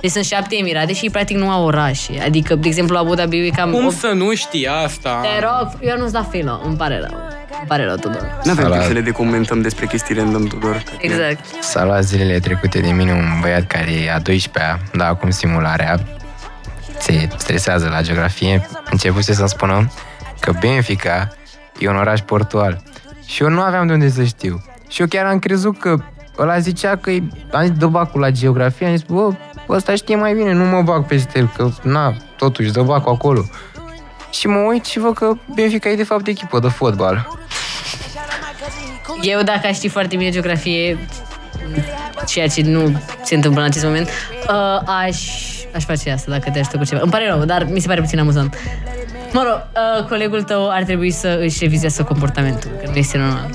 Speaker 3: Deci sunt șapte Emirate și practic nu au orașe. Adică, de exemplu, Abu Dhabi e cam...
Speaker 2: Cum
Speaker 3: opt-
Speaker 2: să nu știi asta?
Speaker 3: Te rog, eu nu-ți dau filă, îmi pare rău. Îmi pare rău, Tudor.
Speaker 6: Nu avem
Speaker 5: Salat.
Speaker 6: timp să ne decomentăm despre chestii random, Tudor.
Speaker 3: Exact.
Speaker 5: S-a luat zilele trecute de mine un băiat care e a 12-a, da acum simularea, se stresează la geografie, începuse să-mi spună că Benfica e un oraș portual. Și eu nu aveam de unde să știu. Și eu chiar am crezut că ăla zicea că e- am zis, dă bacul la geografie, am zis, bă, ăsta știe mai bine, nu mă bag peste el, că na, totuși, dă bacul acolo. Și mă uit și văd că Benfica e de fapt echipă de fotbal.
Speaker 3: Eu, dacă aș ști foarte bine geografie, ceea ce nu se întâmplă în acest moment, uh, aș, aș face asta dacă te ajută cu ceva. Îmi pare rău, dar mi se pare puțin amuzant. Mă rog, uh, colegul tău ar trebui să își revizească comportamentul, că nu este normal.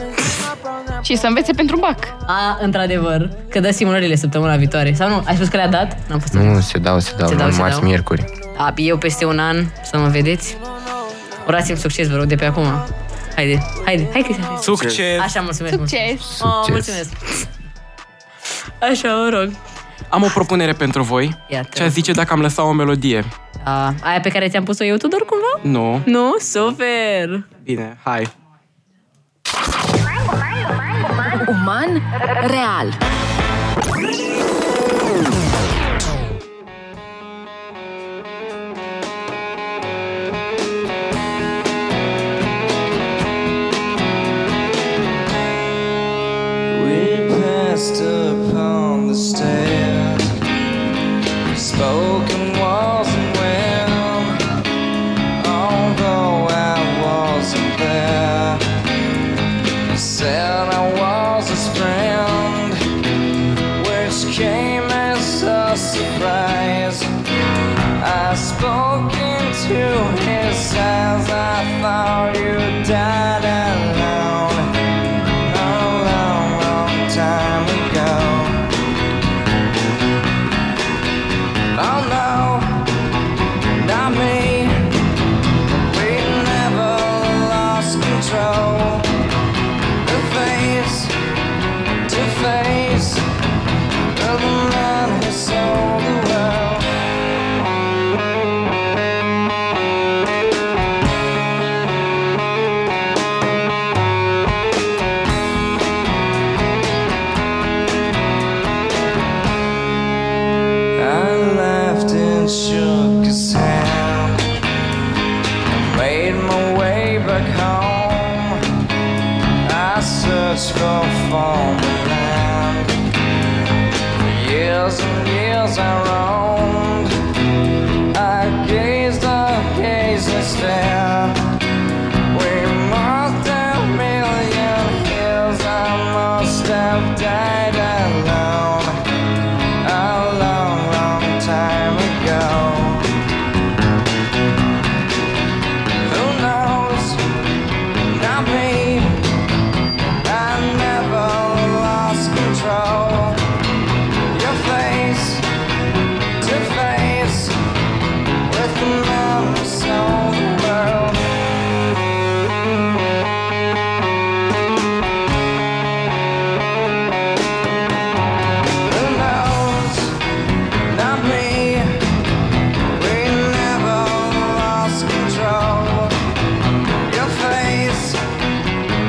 Speaker 4: Și să învețe pentru bac.
Speaker 2: Păi,
Speaker 3: A, într-adevăr, că dă simulările săptămâna viitoare. Sau nu? Ai spus că le-a dat? N-am fost
Speaker 5: Nu, se dau, se dau,
Speaker 3: Se
Speaker 5: se
Speaker 3: dau,
Speaker 5: dau Oh,
Speaker 3: se
Speaker 5: marți,
Speaker 3: dau.
Speaker 5: miercuri.
Speaker 3: A, eu peste un an, să mă vedeți. Urați-mi succes, vă rog, de pe acum. Haide, haide, hai că
Speaker 2: Succes!
Speaker 3: Așa, mulțumesc, mulțumesc.
Speaker 4: Succes!
Speaker 3: Oh,
Speaker 5: Succes.
Speaker 3: mulțumesc. Așa, mă rog.
Speaker 2: Am o propunere pentru voi.
Speaker 3: Iată.
Speaker 2: Ce zice dacă am lăsat o melodie?
Speaker 3: A, Da. aia pe care ți-am pus-o eu, Tudor, cumva?
Speaker 2: Nu.
Speaker 3: Nu? Super!
Speaker 2: Bine, hai.
Speaker 10: Uman real.
Speaker 9: We passed upon the stairs, spoken wasn't well, although I wasn't there. Said I was his friend, which came as fall around. Years and years I roamed. I gazed, I gazed and stared. We must have million years. I must have died alone. A long, long time ago. Who knows? Not me. I never lost control. Your face to face with the memories of the world. Who knows? Not me. We never lost control. Your face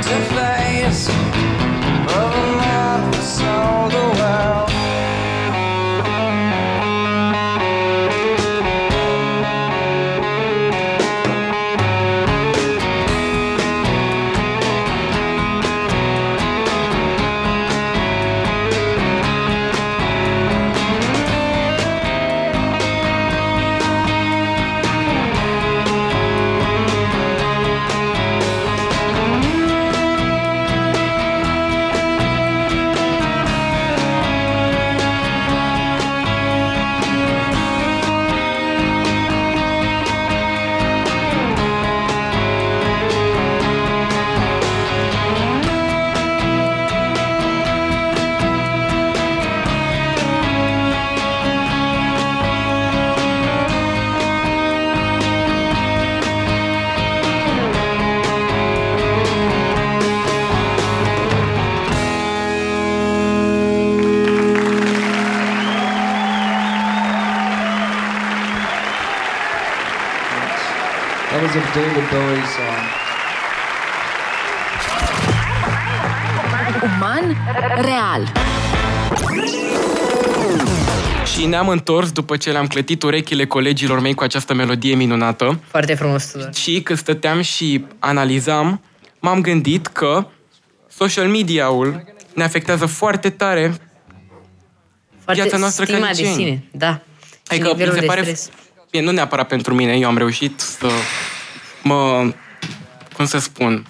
Speaker 9: to face of a man who sold the world.
Speaker 11: That was a David Bowie song.
Speaker 10: Uman real.
Speaker 2: Și ne-am întors după ce le-am clătit urechile colegilor mei cu această melodie minunată.
Speaker 3: Foarte frumos, Tudor.
Speaker 2: Și când stăteam și analizam, m-am gândit că social media-ul ne afectează foarte tare.
Speaker 3: Foarte
Speaker 2: Viața noastră ca
Speaker 3: stima de
Speaker 2: liceeni.
Speaker 3: sine, da.
Speaker 2: Adică mi
Speaker 3: nivelul
Speaker 2: se
Speaker 3: de
Speaker 2: pare...
Speaker 3: stres.
Speaker 2: Bine, nu neapărat pentru mine, eu am reușit să mă... Cum să spun?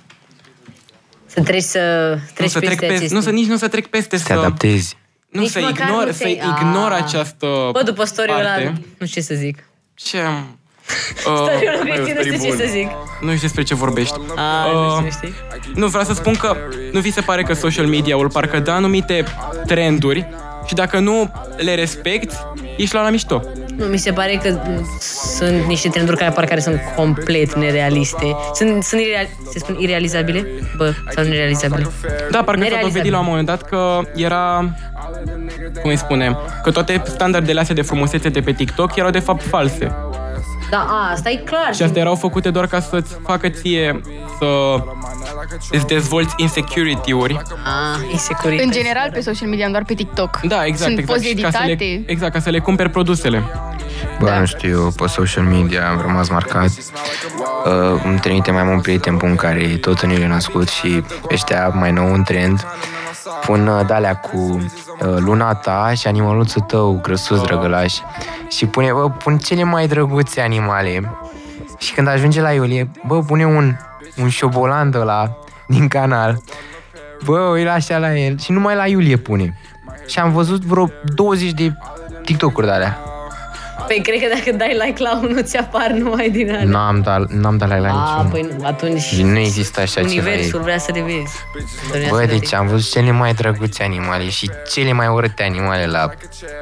Speaker 3: Să treci să
Speaker 2: Nu
Speaker 3: treci
Speaker 2: să trec
Speaker 3: peste
Speaker 2: peste,
Speaker 3: aceste.
Speaker 2: nu să, nici nu să trec peste,
Speaker 5: Te
Speaker 2: să,
Speaker 5: adaptezi.
Speaker 2: nu,
Speaker 3: Nici
Speaker 2: să,
Speaker 3: măcar
Speaker 2: ignor,
Speaker 3: nu
Speaker 2: să
Speaker 3: te-ai-
Speaker 2: ignor
Speaker 3: Ah.
Speaker 2: această
Speaker 3: Bă, după story-ul ăla,
Speaker 2: parte.
Speaker 3: nu știu ce să zic.
Speaker 2: Ce am...
Speaker 3: Story-ul ăla, Cristi,
Speaker 2: Băi,
Speaker 3: nu
Speaker 2: story
Speaker 3: știu ce
Speaker 2: bun.
Speaker 3: să zic.
Speaker 2: Nu știu despre ce vorbești.
Speaker 3: Ah,
Speaker 2: Uh,
Speaker 3: nu știu, nu știi.
Speaker 2: Nu, vreau să spun că nu vi se pare că social media-ul parcă dă anumite trenduri și dacă nu le respecti, ești la la mișto.
Speaker 3: Nu, mi se pare că m, sunt niște trenduri care par care sunt complet nerealiste. Sunt, sunt ireal, se spun irealizabile? Bă, sau nerealizabile?
Speaker 2: Da, parcă s-a
Speaker 3: Nerealizabil.
Speaker 2: dovedit la un moment dat că era cum îi spune, că toate standardele astea de frumusețe de pe TikTok erau de fapt false.
Speaker 3: Da, a, asta e clar.
Speaker 2: Și astea erau făcute doar ca să-ți facă ție să îți dezvolți insecurity-uri.
Speaker 3: Ah, insecuritate.
Speaker 4: În general, pe social media, nu doar pe TikTok.
Speaker 2: Da, exact,
Speaker 4: Sunt
Speaker 2: exact.
Speaker 4: poze
Speaker 2: ca să le,
Speaker 4: editate.
Speaker 2: exact, ca să le cumperi produsele.
Speaker 5: Bă,
Speaker 4: Da.
Speaker 5: nu știu, pe social media am rămas marcat. Uh, îmi trimite mai mult prieten bun care e tot în ele născut și ăștia mai nou în trend. Pun uh, de-alea cu uh, luna ta și animaluțul tău, grăsus drăgălaș. Și pune, bă, pun cele mai drăguțe animale. Și când ajunge la Iulie, bă, pune un, un șobolan de la din canal. Bă, îl așa la el. Și numai la Iulie pune. Și am văzut vreo 20 de TikTok-uri de alea.
Speaker 3: Păi cred că dacă dai like la unul, ți apar numai din alea.
Speaker 5: N-am dat, n-am dat la la
Speaker 3: A,
Speaker 5: niciun.
Speaker 3: păi nu, atunci
Speaker 5: Și nu există așa ceva,
Speaker 3: Universul
Speaker 5: e-
Speaker 3: vrea să le vezi. Dorea să
Speaker 5: Bă,
Speaker 3: le
Speaker 5: deci
Speaker 3: vezi.
Speaker 5: am văzut cele mai drăguțe animale și cele mai urâte animale la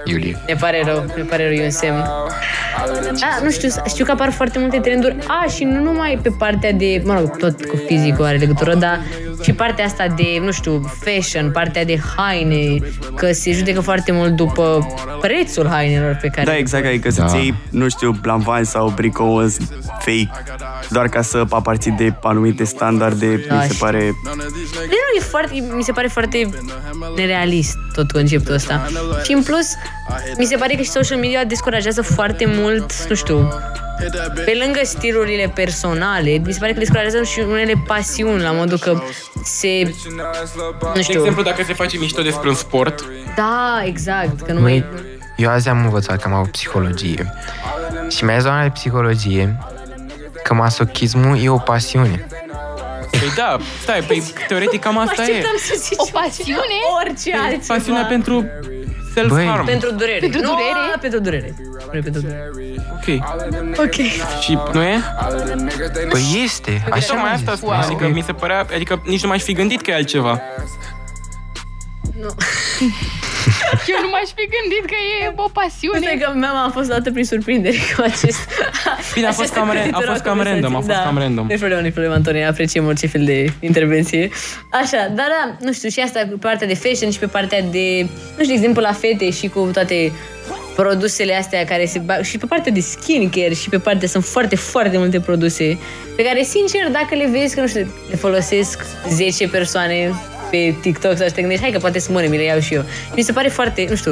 Speaker 5: Iulie.
Speaker 3: Ne pare rău, ne pare rău, e un semn. Da, nu știu, știu că apar foarte multe trenduri. A, și nu numai pe partea de, mă rog, tot cu fizicul are legătură, dar și partea asta de, nu știu, fashion, partea de haine, că se judecă foarte mult după prețul hainelor pe care...
Speaker 6: Da, exact, adică
Speaker 5: Da.
Speaker 6: să-ți iei, nu știu, blanvan sau bricou fake, doar ca să aparții de anumite standarde,
Speaker 3: Da,
Speaker 6: mi se
Speaker 3: și-
Speaker 6: pare...
Speaker 3: De nu, e foarte, mi se pare foarte nerealist tot conceptul ăsta. Și în plus, mi se pare că și social media descurajează foarte mult, nu știu, pe lângă stilurile personale, mi se pare că descurajăm și unele pasiuni la modul că se... Nu
Speaker 2: De
Speaker 3: știu.
Speaker 2: exemplu, dacă se face mișto despre un sport,
Speaker 3: Da, exact, că nu
Speaker 5: Măi,
Speaker 3: mai...
Speaker 5: eu azi am învățat că am o psihologie. Și mi-a zis doamna de psihologie că masochismul e o pasiune.
Speaker 2: păi da, stai, păi teoretic cam asta e.
Speaker 3: Așteptam să zici
Speaker 4: O pasiune?
Speaker 3: orice altceva. Da.
Speaker 2: Pasiunea pentru
Speaker 5: Băi.
Speaker 2: self-harm.
Speaker 3: Pentru durere.
Speaker 4: Pentru
Speaker 3: Nu,
Speaker 4: durere?
Speaker 3: Pentru durere. Pentru durere.
Speaker 2: Ok.
Speaker 3: Ok.
Speaker 2: Și nu e? Deci
Speaker 5: Păi este, așa
Speaker 2: Tocmai
Speaker 5: mai
Speaker 2: asta
Speaker 5: zis.
Speaker 2: spun, adică mi se părea, adică nici nu m-aș fi gândit că e altceva.
Speaker 4: Eu nu m-aș fi gândit că e o
Speaker 3: Uite
Speaker 4: pasiune.
Speaker 3: că mea a fost dată prin surprindere cu acest...
Speaker 2: Bine, a fost
Speaker 3: aceste
Speaker 2: cam re- a
Speaker 3: cutitură
Speaker 2: fost cam
Speaker 3: cu
Speaker 2: random, a fost
Speaker 3: senzații.
Speaker 2: cam random.
Speaker 3: Nu-i problemă, nu-i problemă, Antonia, apreciem orice fel de intervenție. Așa, dar da, nu știu, și asta pe partea de fashion și pe partea de, nu știu, de exemplu, la fete și cu toate produsele astea care se bag și pe partea de skincare și pe partea sunt foarte, foarte multe produse pe care, sincer, dacă le vezi, că nu știu, le folosesc 10 persoane pe TikTok sau și te gândești, hai că poate să mă mi le iau și eu. Mi se pare foarte, nu știu,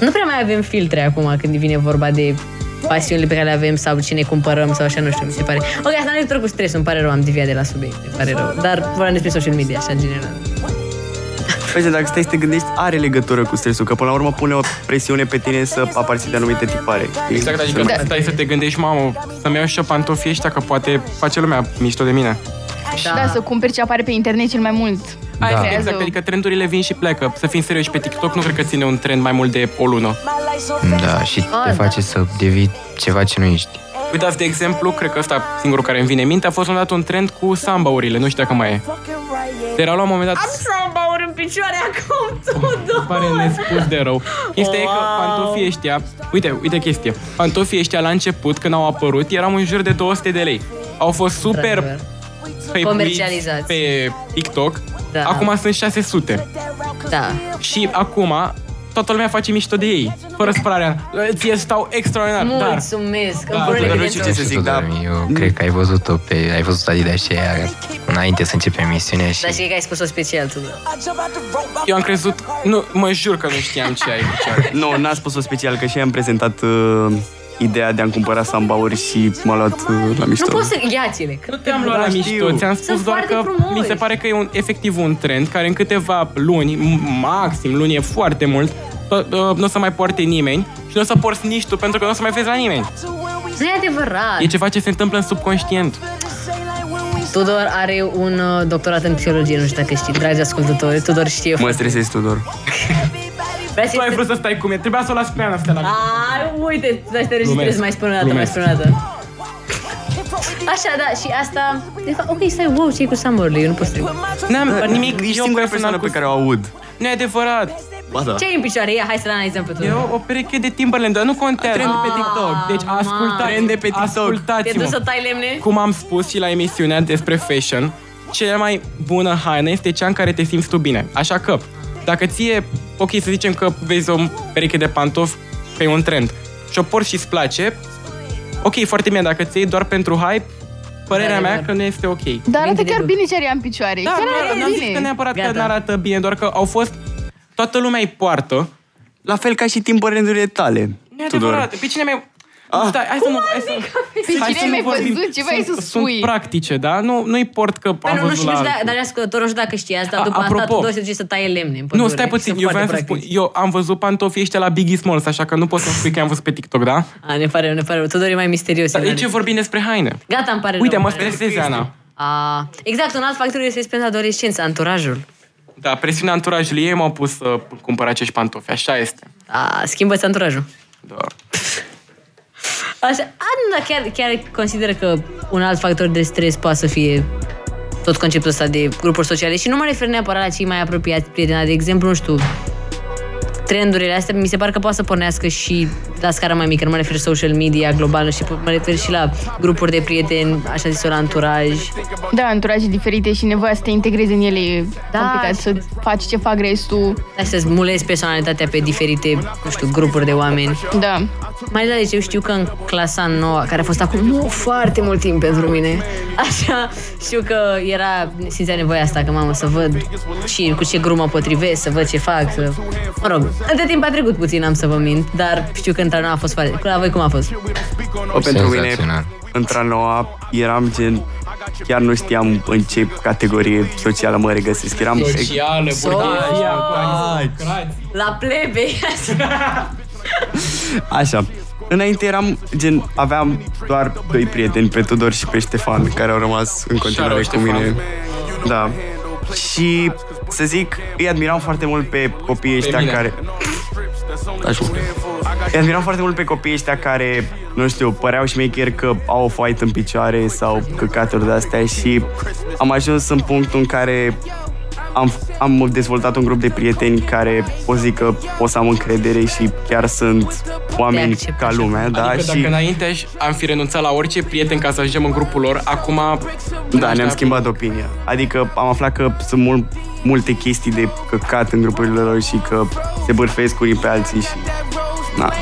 Speaker 3: nu prea mai avem filtre acum când vine vorba de pasiunile pe care le avem sau cine cumpărăm sau așa, nu știu, mi se pare. Ok, asta nu e legătură cu stresul, îmi pare rău, am deviat de la subiect, îmi pare rău. Dar vorbeam despre social media, așa, în general.
Speaker 6: Păi, dacă stai să te gândești, are legătură cu stresul, că până la urmă pune o presiune pe tine să aparții de anumite tipare.
Speaker 2: Exact, adică
Speaker 4: Da.
Speaker 2: stai să te gândești, mamă, să-mi iau și eu pantofii ăștia, că poate face lumea mișto de mine.
Speaker 4: Da. da, să cumperi ce apare pe internet cel mai mult.
Speaker 2: Aia
Speaker 5: Da.
Speaker 2: este exact,
Speaker 4: Creează-
Speaker 2: adică trendurile vin și pleacă. Să fim serioși, pe TikTok nu cred că ține un trend mai mult de o lună.
Speaker 5: Da, și
Speaker 3: Ah,
Speaker 5: te
Speaker 3: da.
Speaker 5: face să devii ceva ce nu ești.
Speaker 2: Uitați, de exemplu, cred că ăsta singurul care îmi vine în minte, a fost la un dat un trend cu sambaurile, nu știu dacă mai e. Era la un moment dat,
Speaker 3: Samba ori în picioare acum, Tudor!
Speaker 2: pare nespus de rău. Chestia e că
Speaker 3: Wow.
Speaker 2: pantofii ăștia, uite, uite chestie, pantofii ăștia la început, când au apărut, erau în jur de 200 de lei. Au fost super pe
Speaker 3: Comercializați.
Speaker 2: pe TikTok,
Speaker 3: Da.
Speaker 2: acum sunt 600.
Speaker 3: Da.
Speaker 2: Și acum toată lumea face mișto de ei, fără spălarea. Ție stau extraordinar, dar...
Speaker 3: Mulțumesc!
Speaker 2: Da,
Speaker 3: Îmi pune
Speaker 2: dar
Speaker 6: nu
Speaker 3: legătură.
Speaker 6: știu ce să zic,
Speaker 5: Tudor,
Speaker 6: da.
Speaker 5: Eu cred că ai văzut-o pe, ai văzut Adidas și aia înainte să începem emisiunea
Speaker 3: Dar
Speaker 5: și
Speaker 3: știi că ai spus-o special, Tudor.
Speaker 2: Da. Eu am crezut, nu, mă jur că nu știam ce ai picioare.
Speaker 6: Nu, n-a spus-o special, că și am prezentat uh, ideea de a-mi cumpăra sambauri și m-a luat uh, la mișto.
Speaker 3: Nu poți să iați-le. că-
Speaker 2: Nu te-am luat la
Speaker 6: Da,
Speaker 2: mișto,
Speaker 6: știu.
Speaker 2: ți-am spus
Speaker 3: Sunt
Speaker 2: doar
Speaker 3: foarte
Speaker 2: că
Speaker 3: frumoși.
Speaker 2: mi se pare că e un, efectiv un trend care în câteva luni, m- maxim luni e foarte mult, nu o să mai poarte nimeni și nu o să porți nici tu pentru că nu o să mai vezi la nimeni.
Speaker 3: Exact. Nu e adevărat.
Speaker 2: E ceva ce se întâmplă în subconștient.
Speaker 3: Tudor are un uh, doctorat în psihologie, nu știu dacă știi, dragi ascultători. Tudor știe.
Speaker 6: Mă stresezi, Tudor.
Speaker 3: Vrea să
Speaker 2: Tu ai vrut să stai cu mine, trebuia să o las pe Ana să te la...
Speaker 3: Ai, uite, să te
Speaker 2: Glumesc.
Speaker 3: registrezi, mai spun o dată, mai
Speaker 2: Glumesc.
Speaker 3: spun o dată. Așa, da, și asta... De fapt, ok, stai, wow, ce cu Summerly, eu nu pot să trec.
Speaker 2: N-am nimic,
Speaker 6: Ești
Speaker 2: eu personal
Speaker 6: singura persoană
Speaker 2: cu-
Speaker 6: pe care o aud.
Speaker 2: Nu e adevărat.
Speaker 6: Ba da.
Speaker 3: Ce ai în picioare? Ia, hai să-l analizăm pe
Speaker 2: E
Speaker 3: tu.
Speaker 2: o, o pereche de Timberland, dar nu contează.
Speaker 6: Trend pe TikTok.
Speaker 2: Deci ascultați,
Speaker 6: Trend de pe TikTok.
Speaker 3: Te duci să
Speaker 2: ascultați
Speaker 3: tai lemne?
Speaker 2: Cum am spus și la emisiunea despre fashion, cea mai bună haină este cea în care te simți tu bine. Așa că, dacă ție, ok, să zicem că vezi o pereche de pantofi pe un trend și o porți și îți place, ok, foarte bine, dacă ți iei doar pentru hype, părerea
Speaker 3: Da,
Speaker 2: mea
Speaker 3: da.
Speaker 2: că nu este ok.
Speaker 4: Dar arată
Speaker 3: Minte de
Speaker 4: chiar
Speaker 3: lucru.
Speaker 4: bine ce are ea în picioare.
Speaker 2: Da,
Speaker 4: chiar
Speaker 2: chiar
Speaker 4: arată
Speaker 2: n-am zis că
Speaker 4: bine.
Speaker 2: neapărat că
Speaker 3: Gata.
Speaker 2: nu arată bine, doar că au fost, toată lumea îi poartă,
Speaker 6: La fel ca și timbrănurile tale,
Speaker 2: Nu e
Speaker 6: Tudor.
Speaker 2: adevărat. Pe cine mai... Ah. Stai, hai să nu... Hai să...
Speaker 4: Pe
Speaker 2: hai
Speaker 4: cine
Speaker 2: să nu
Speaker 4: mi-ai
Speaker 2: vorbim.
Speaker 4: văzut? Ce vrei
Speaker 2: sunt,
Speaker 4: să spui?
Speaker 2: Sunt practice, da? Nu, nu-i port că am
Speaker 3: Păi nu, nu
Speaker 2: văzut
Speaker 3: știu, nu
Speaker 2: la
Speaker 3: știu,
Speaker 2: altul.
Speaker 3: dar ascultătorul nu știu dacă știe asta,
Speaker 2: A,
Speaker 3: după asta
Speaker 2: apropo.
Speaker 3: Tudor se duce să taie lemne în pădure.
Speaker 2: Nu, stai puțin,
Speaker 3: Sunt
Speaker 2: eu vreau
Speaker 3: foarte
Speaker 2: să spun,
Speaker 3: practici.
Speaker 2: eu am văzut pantofii ăștia la Biggie Smalls, așa că nu pot să spui că am văzut pe TikTok, da?
Speaker 3: A, ne pare rău, ne pare rău. Tudor e mai misterios.
Speaker 2: Dar
Speaker 3: în
Speaker 2: aici
Speaker 3: are.
Speaker 2: vorbim despre haine.
Speaker 3: Gata, îmi pare rău.
Speaker 2: Uite, mă
Speaker 3: îmi pare rău.
Speaker 2: stresez, Ana.
Speaker 3: A, exact, un alt factor este pentru adolescență, anturajul.
Speaker 2: Da, presiunea anturajului ei m-au pus să cumpăr acești pantofi, așa este.
Speaker 3: A, schimbă-ți anturajul.
Speaker 2: Da.
Speaker 3: Așa, a, nu, dar chiar, chiar consider că un alt factor de stres poate să fie tot conceptul ăsta de grupuri sociale și nu mă refer neapărat la cei mai apropiați prieteni, dar, de exemplu, nu știu, trendurile astea mi se pare că poate să pornească și la scară mai mică, nu mă refer social media globală și mă refer și la grupuri de prieteni, așa zis, la anturaj.
Speaker 4: Da, anturaje diferite și nevoia să te integrezi în ele e
Speaker 3: Da,
Speaker 4: complicat,
Speaker 3: și-
Speaker 4: să faci ce fac restul.
Speaker 3: Hai să-ți mulezi personalitatea pe diferite, nu știu, grupuri de oameni.
Speaker 4: Da.
Speaker 3: mai la liceu știu că în clasa 9, care a fost acum nu, foarte mult timp pentru mine, așa, știu că era, simțea nevoia asta, că mamă, să văd și cu ce grup mă potrivesc, să văd ce fac, să... Mă rog, între timp a trecut puțin, am să vă mint, dar știu că într-a noua a fost foarte... La voi cum a fost?
Speaker 6: O, pentru mine,
Speaker 5: Senzațional.
Speaker 6: într-a noua, eram gen... Chiar nu știam în ce categorie socială mă regăsesc. Eram... Oh,
Speaker 2: Socială, burghezia, aristocrație.
Speaker 3: La plebe!
Speaker 6: Așa. Înainte eram, gen, aveam doar doi prieteni, pe Tudor și pe Ștefan, care au rămas în continuare cu
Speaker 2: Ștefan.
Speaker 6: mine. Da. Și, să zic, îi admiram foarte mult pe copiii ăștia
Speaker 2: mine.
Speaker 6: care... Așa. Îi admiram foarte mult pe copiii ăștia care, nu știu, păreau șmecheri că au o foaită în picioare sau căcaturi de-astea și am ajuns în punctul în care am, am dezvoltat un grup de prieteni care o zic că pot să am încredere și chiar sunt oameni
Speaker 3: acceptă
Speaker 6: ca
Speaker 3: așa.
Speaker 6: lumea, da?
Speaker 2: Adică
Speaker 6: și
Speaker 2: dacă înainte aș- am fi renunțat la orice prieten ca să ajungem în grupul lor, acum...
Speaker 6: da, ne-am schimbat opinia. Adică am aflat că sunt mult, multe chestii de căcat în grupurile lor și că se bârfesc unii pe alții și... Na.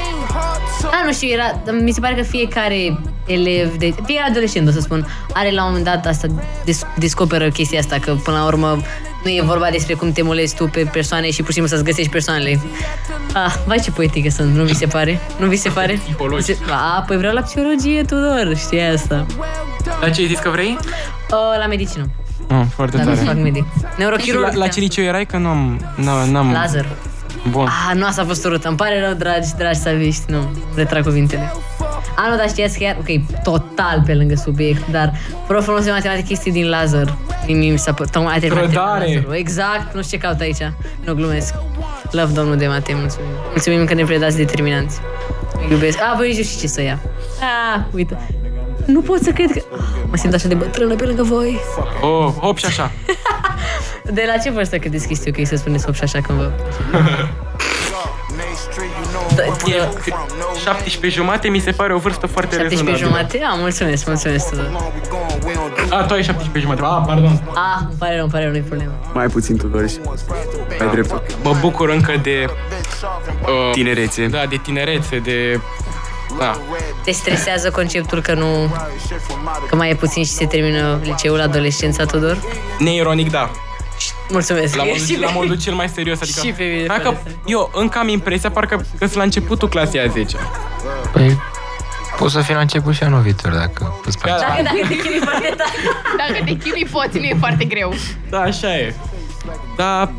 Speaker 3: Da, nu știu, era, mi se pare că fiecare elev, de, fiecare adolescent, o să spun, are la un moment dat asta, des, descoperă chestia asta, că până la urmă nu e vorba despre cum te molezi tu pe persoane și pur și simplu să-ți găsești persoanele. Ah, vai ce poetică sunt, nu vi se pare? Nu vi se pare?
Speaker 2: Psihologi.
Speaker 3: Se, a, păi vreau la psihologie, Tudor, știi asta.
Speaker 2: La ce ai zis că vrei?
Speaker 3: Uh, la medicină,
Speaker 2: Ah, foarte
Speaker 3: dar nu fac
Speaker 2: tare.
Speaker 3: medic.
Speaker 2: Și La,
Speaker 3: Neurochirurg.
Speaker 2: la ce liceu erai? Că n-am... n-am, n-am.
Speaker 3: Lazar.
Speaker 2: Bun.
Speaker 3: Ah, nu asta a fost urât. Îmi pare rău, dragi, dragi saviști. Nu, retrag cuvintele. A, nu, dar știați chiar, ok, total pe lângă subiect, dar proful nostru de matematică este din Lazar. Din mi s-a părut, tocmai a terminat
Speaker 2: Trădare!
Speaker 3: Lazarul. Exact, nu știu ce caut aici. Nu glumesc. Love, domnul de mate, mulțumim. Mulțumim că ne predați determinanți. Îi iubesc. A, voi nici nu știu ce să ia. A, uite. Nu pot să cred că... Ah, mă simt așa de bătrână pe lângă voi.
Speaker 2: Oh, hop și așa.
Speaker 3: De la ce vârstă credeți că este ok să spuneți 8 și așa când vă...
Speaker 2: E 17 jumate mi se pare o vârstă foarte
Speaker 3: 17
Speaker 2: rezonabilă.
Speaker 3: jumate? A, mulțumesc, mulțumesc. Tudor.
Speaker 2: A, tu ai 17 jumate. A, pardon.
Speaker 3: Ah, îmi pare rău, îmi pare rău, nu-i problemă.
Speaker 6: Mai puțin Tudor și mai drept.
Speaker 2: Mă bucur încă de...
Speaker 3: Deci
Speaker 2: Uh,
Speaker 6: Tinerețe.
Speaker 2: Da, de tinerețe, de... Da.
Speaker 3: Te stresează conceptul că nu... Că mai e puțin și se termină liceul, adolescența, Tudor?
Speaker 2: Neironic, da.
Speaker 3: Mulțumesc.
Speaker 2: La
Speaker 3: E și
Speaker 2: modul, la
Speaker 3: pe-
Speaker 2: modul cel mai serios. Adică,
Speaker 3: Și pe mine,
Speaker 2: dacă
Speaker 3: pare să-
Speaker 2: eu încă am impresia, parcă că sunt la începutul clasei a 10
Speaker 5: Păi, poți să fii la început și anul viitor, dacă îți place.
Speaker 2: da,
Speaker 3: Dacă, dacă te chinui foarte tare.
Speaker 4: Dacă te chinui poți, nu e foarte greu.
Speaker 2: da, așa e. Da,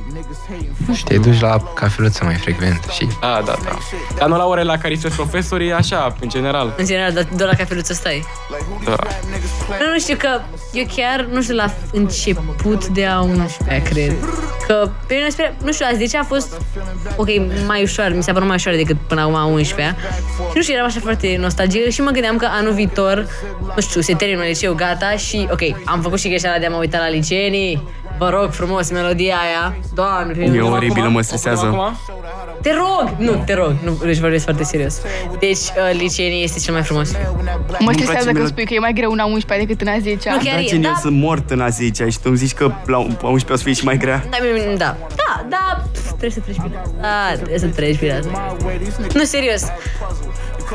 Speaker 5: Te duci la cafeluță mai frecvent și
Speaker 2: da, da, da. Dar nu la ore la care sunt profesorii, așa, în general.
Speaker 3: În general, dar doar la cafeluță stai.
Speaker 2: Da.
Speaker 3: Nu, nu știu că eu chiar, nu știu, la început de a 11 cred. Că pe mine, spre, nu știu, azi de ce a fost, ok, mai ușor, mi s-a părut mai ușor decât până acum a 11 Și nu știu, eram așa foarte nostalgică și mă gândeam că anul viitor, nu știu, se termină liceu, gata și, ok, am făcut și greșeala de a mă uita la liceenii. Vă rog frumos, melodia aia. Doamne,
Speaker 6: E
Speaker 3: eu...
Speaker 6: oribilă, mă stresează.
Speaker 2: Acum?
Speaker 3: te rog! Nu, te rog, nu, deci vorbesc foarte serios. Deci, uh, liceenii este cel mai frumos.
Speaker 4: Mă
Speaker 6: place
Speaker 4: stresează că
Speaker 6: melod-
Speaker 4: spui că e mai greu una 11 decât în a 10
Speaker 3: Nu, chiar
Speaker 6: Da,
Speaker 3: e,
Speaker 6: gen, eu
Speaker 3: da,
Speaker 6: sunt mort în a 10 și tu îmi zici că la 11 o să fie și mai grea.
Speaker 3: Da, mi- mi- da, da, da, pf, trebuie să treci prin asta. Da, trebuie să treci prin asta. Nu, serios.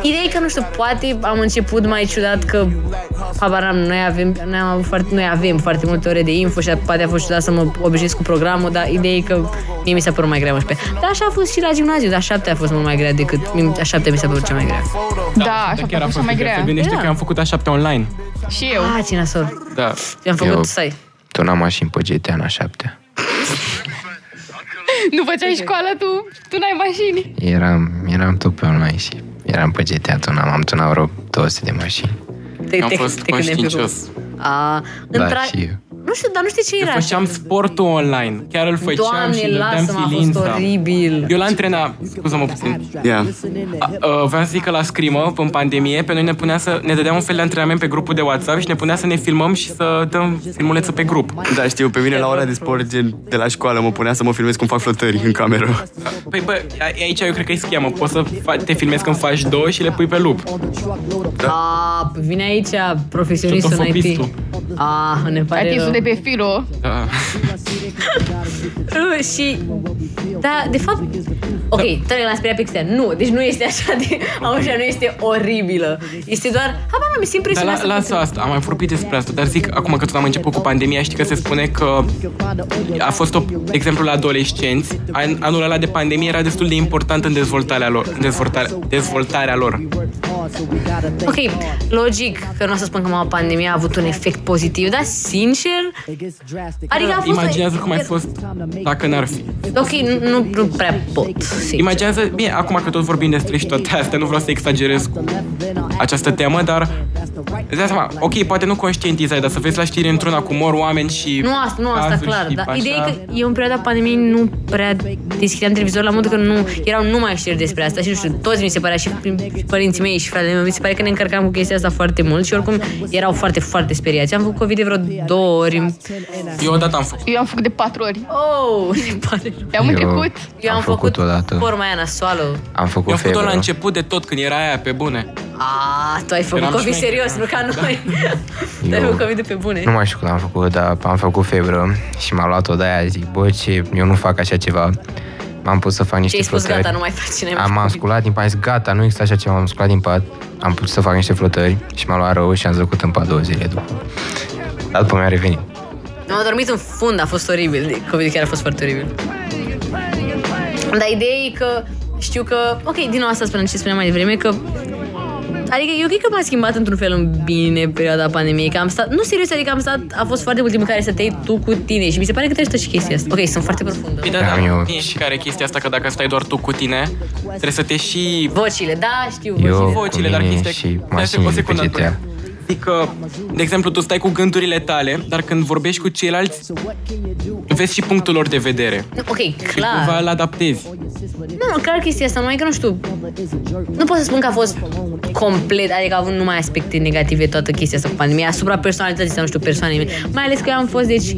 Speaker 3: Ideea e că, nu știu, poate am început mai ciudat că habar n-am, noi avem, noi, am avut foarte, noi avem foarte multe ore de info și a- poate a fost ciudat să mă obișnuiesc cu programul, dar ideea e că mie mi s-a părut mai grea 11. Dar așa a fost și la gimnaziu, dar 7 a fost mult mai grea decât, mi- a 7 mi s-a părut cea mai grea.
Speaker 4: Da, așa
Speaker 2: Chiar a fost
Speaker 4: cea mai
Speaker 2: greu. Se
Speaker 4: grea.
Speaker 2: gândește
Speaker 3: Da.
Speaker 2: că am făcut a șapte online.
Speaker 4: Și eu.
Speaker 3: Ah, ce nasol.
Speaker 2: Da.
Speaker 3: am făcut,
Speaker 5: Eu-
Speaker 3: stai.
Speaker 5: turnam mașini pe GTA în a șaptea.
Speaker 4: Nu făceai școală, tu, tu n-ai mașini.
Speaker 5: Eram, eram tot pe online și eram pe GTA, tunam, am tunat vreo 200 de mașini.
Speaker 3: Te,
Speaker 2: Am
Speaker 3: te-
Speaker 2: fost
Speaker 3: te gândeai pe
Speaker 2: conștiincios.
Speaker 3: cum. A,
Speaker 5: Da,
Speaker 3: Ah, întra...
Speaker 5: și eu.
Speaker 3: Nu știu, dar nu știu ce era.
Speaker 2: Eu făceam sportul online. Chiar îl făceam Păi și
Speaker 3: Doamne,
Speaker 2: îl dădeam
Speaker 3: lasă-mă, a fost
Speaker 2: silința.
Speaker 3: oribil.
Speaker 2: Eu la antrenat, scuză-mă puțin,
Speaker 6: Yeah.
Speaker 2: A, a, vreau să zic că la scrimă, în pandemie, pe noi ne punea să ne dădea un fel de antrenament pe grupul de WhatsApp și ne punea să ne filmăm și să dăm filmulețe pe grup.
Speaker 6: Da, știu, pe mine la ora de sport, gen, de la școală, mă punea să mă filmez cum fac flotări în cameră.
Speaker 2: Păi bă, a- aici eu cred că e schemă. Poți să fa- te filmezi când faci două și le pui pe loop. da.
Speaker 3: A, vine aici profesionistul în IT.
Speaker 2: Fotofopistul.
Speaker 3: Ah, ne pare
Speaker 4: Artistul
Speaker 3: rău.
Speaker 4: de pe filo.
Speaker 2: Da.
Speaker 3: Uh, Și Dar, de fapt, ok, trec la spre pixel. Nu, deci nu este așa de... Okay. Așa, nu este oribilă. Este doar... Habar nu, mi se
Speaker 2: Dar
Speaker 3: impresionează.
Speaker 2: la, lasă asta, am mai vorbit despre asta, dar zic acum că tot am început cu pandemia, știi că se spune că a fost, o, de exemplu, la adolescenți, an, anul ăla de pandemie era destul de important în dezvoltarea lor. În dezvoltarea, dezvoltarea lor.
Speaker 3: Ok, logic că nu o să spun că mama pandemia a avut un efect pozitiv, dar sincer, adică a fost...
Speaker 2: Imaginează cum ai fost dacă n-ar fi.
Speaker 3: Ok, nu, nu, nu prea pot, sincer.
Speaker 2: Imaginează, bine, acum că tot vorbim despre și toate astea, nu vreau să exagerez cu această temă, dar îți dai seama, ok, poate nu conștientizai, dar să vezi la știri într-una cu mor oameni și...
Speaker 3: Nu asta, nu asta,
Speaker 2: cazuri
Speaker 3: clar.
Speaker 2: și
Speaker 3: Dar
Speaker 2: așa.
Speaker 3: ideea e că eu în perioada pandemiei nu prea deschideam televizor la modul că nu erau numai știri despre asta și nu știu, toți mi se părea și prin- părinții mei și fratele meu, mi se pare că ne încărcam cu chestia asta foarte mult și oricum erau foarte, foarte speriați. Am făcut COVID de vreo două ori.
Speaker 2: Eu odată am făcut.
Speaker 4: Eu am făcut de patru ori.
Speaker 3: Oh, ne pare. rău.
Speaker 4: Le-am
Speaker 5: Eu-
Speaker 4: întrecut.
Speaker 3: Eu am,
Speaker 5: Am făcut odată.
Speaker 3: forma aia nasoală.
Speaker 5: Am făcut
Speaker 2: Eu am făcut-o
Speaker 5: febră.
Speaker 2: la început de tot, când era aia pe bune.
Speaker 3: A, tu ai făcut
Speaker 2: Eram
Speaker 3: COVID
Speaker 2: șmecher,
Speaker 3: serios,
Speaker 2: da.
Speaker 3: nu ca noi. Tu ai
Speaker 5: Eu-
Speaker 3: făcut COVID de pe bune.
Speaker 5: Da. Nu mai știu cum am făcut, dar am făcut febră și m-a luat-o de aia, zic, bă, ce, eu nu fac așa ceva. M-am pus să fac niște
Speaker 3: Ce ai spus,
Speaker 5: flotări.
Speaker 3: gata, nu mai faci cine
Speaker 5: Am m-am sculat din pat, zic, gata, nu există așa ceva, m-am sculat din pat, am putut să fac niște flotări și m-a luat rău și am zăcut în pat două zile după. Dar după mi-a revenit.
Speaker 3: Am dormit în fund, a fost oribil. COVID chiar a fost foarte oribil. Dar ideea e că știu că... Ok, din nou asta spunem ce spuneam mai devreme, că Adică eu cred că m-a schimbat într-un fel în bine perioada pandemiei, că am stat, nu serios, adică am stat, a fost foarte mult timp în care stăteai tu cu tine și mi se pare că te ajută și chestia asta. Ok, sunt foarte profundă.
Speaker 2: Păi da,
Speaker 5: Da,
Speaker 2: da,
Speaker 5: eu-
Speaker 2: știi și care e chestia asta, că dacă stai doar tu cu tine, trebuie să te și...
Speaker 3: Vocile, da, știu, vocile.
Speaker 5: Eu cu
Speaker 2: vocile, dar
Speaker 5: mine
Speaker 2: chestia...
Speaker 5: și
Speaker 2: Stai
Speaker 5: mașinile
Speaker 2: o
Speaker 5: de pe
Speaker 2: secundă,
Speaker 5: GTA.
Speaker 2: Adică, de exemplu, tu stai cu gândurile tale, dar când vorbești cu ceilalți, vezi și punctul lor de vedere.
Speaker 3: Nu, Ok,
Speaker 2: Și
Speaker 3: clar.
Speaker 2: cumva îl adaptezi.
Speaker 3: Nu, măcar chestia asta, numai că nu știu. Nu pot să spun că a fost complet, adică a avut numai aspecte negative toată chestia asta cu pandemia, asupra personalității sau nu știu, persoanei mele. Mai ales că eu am fost, deci,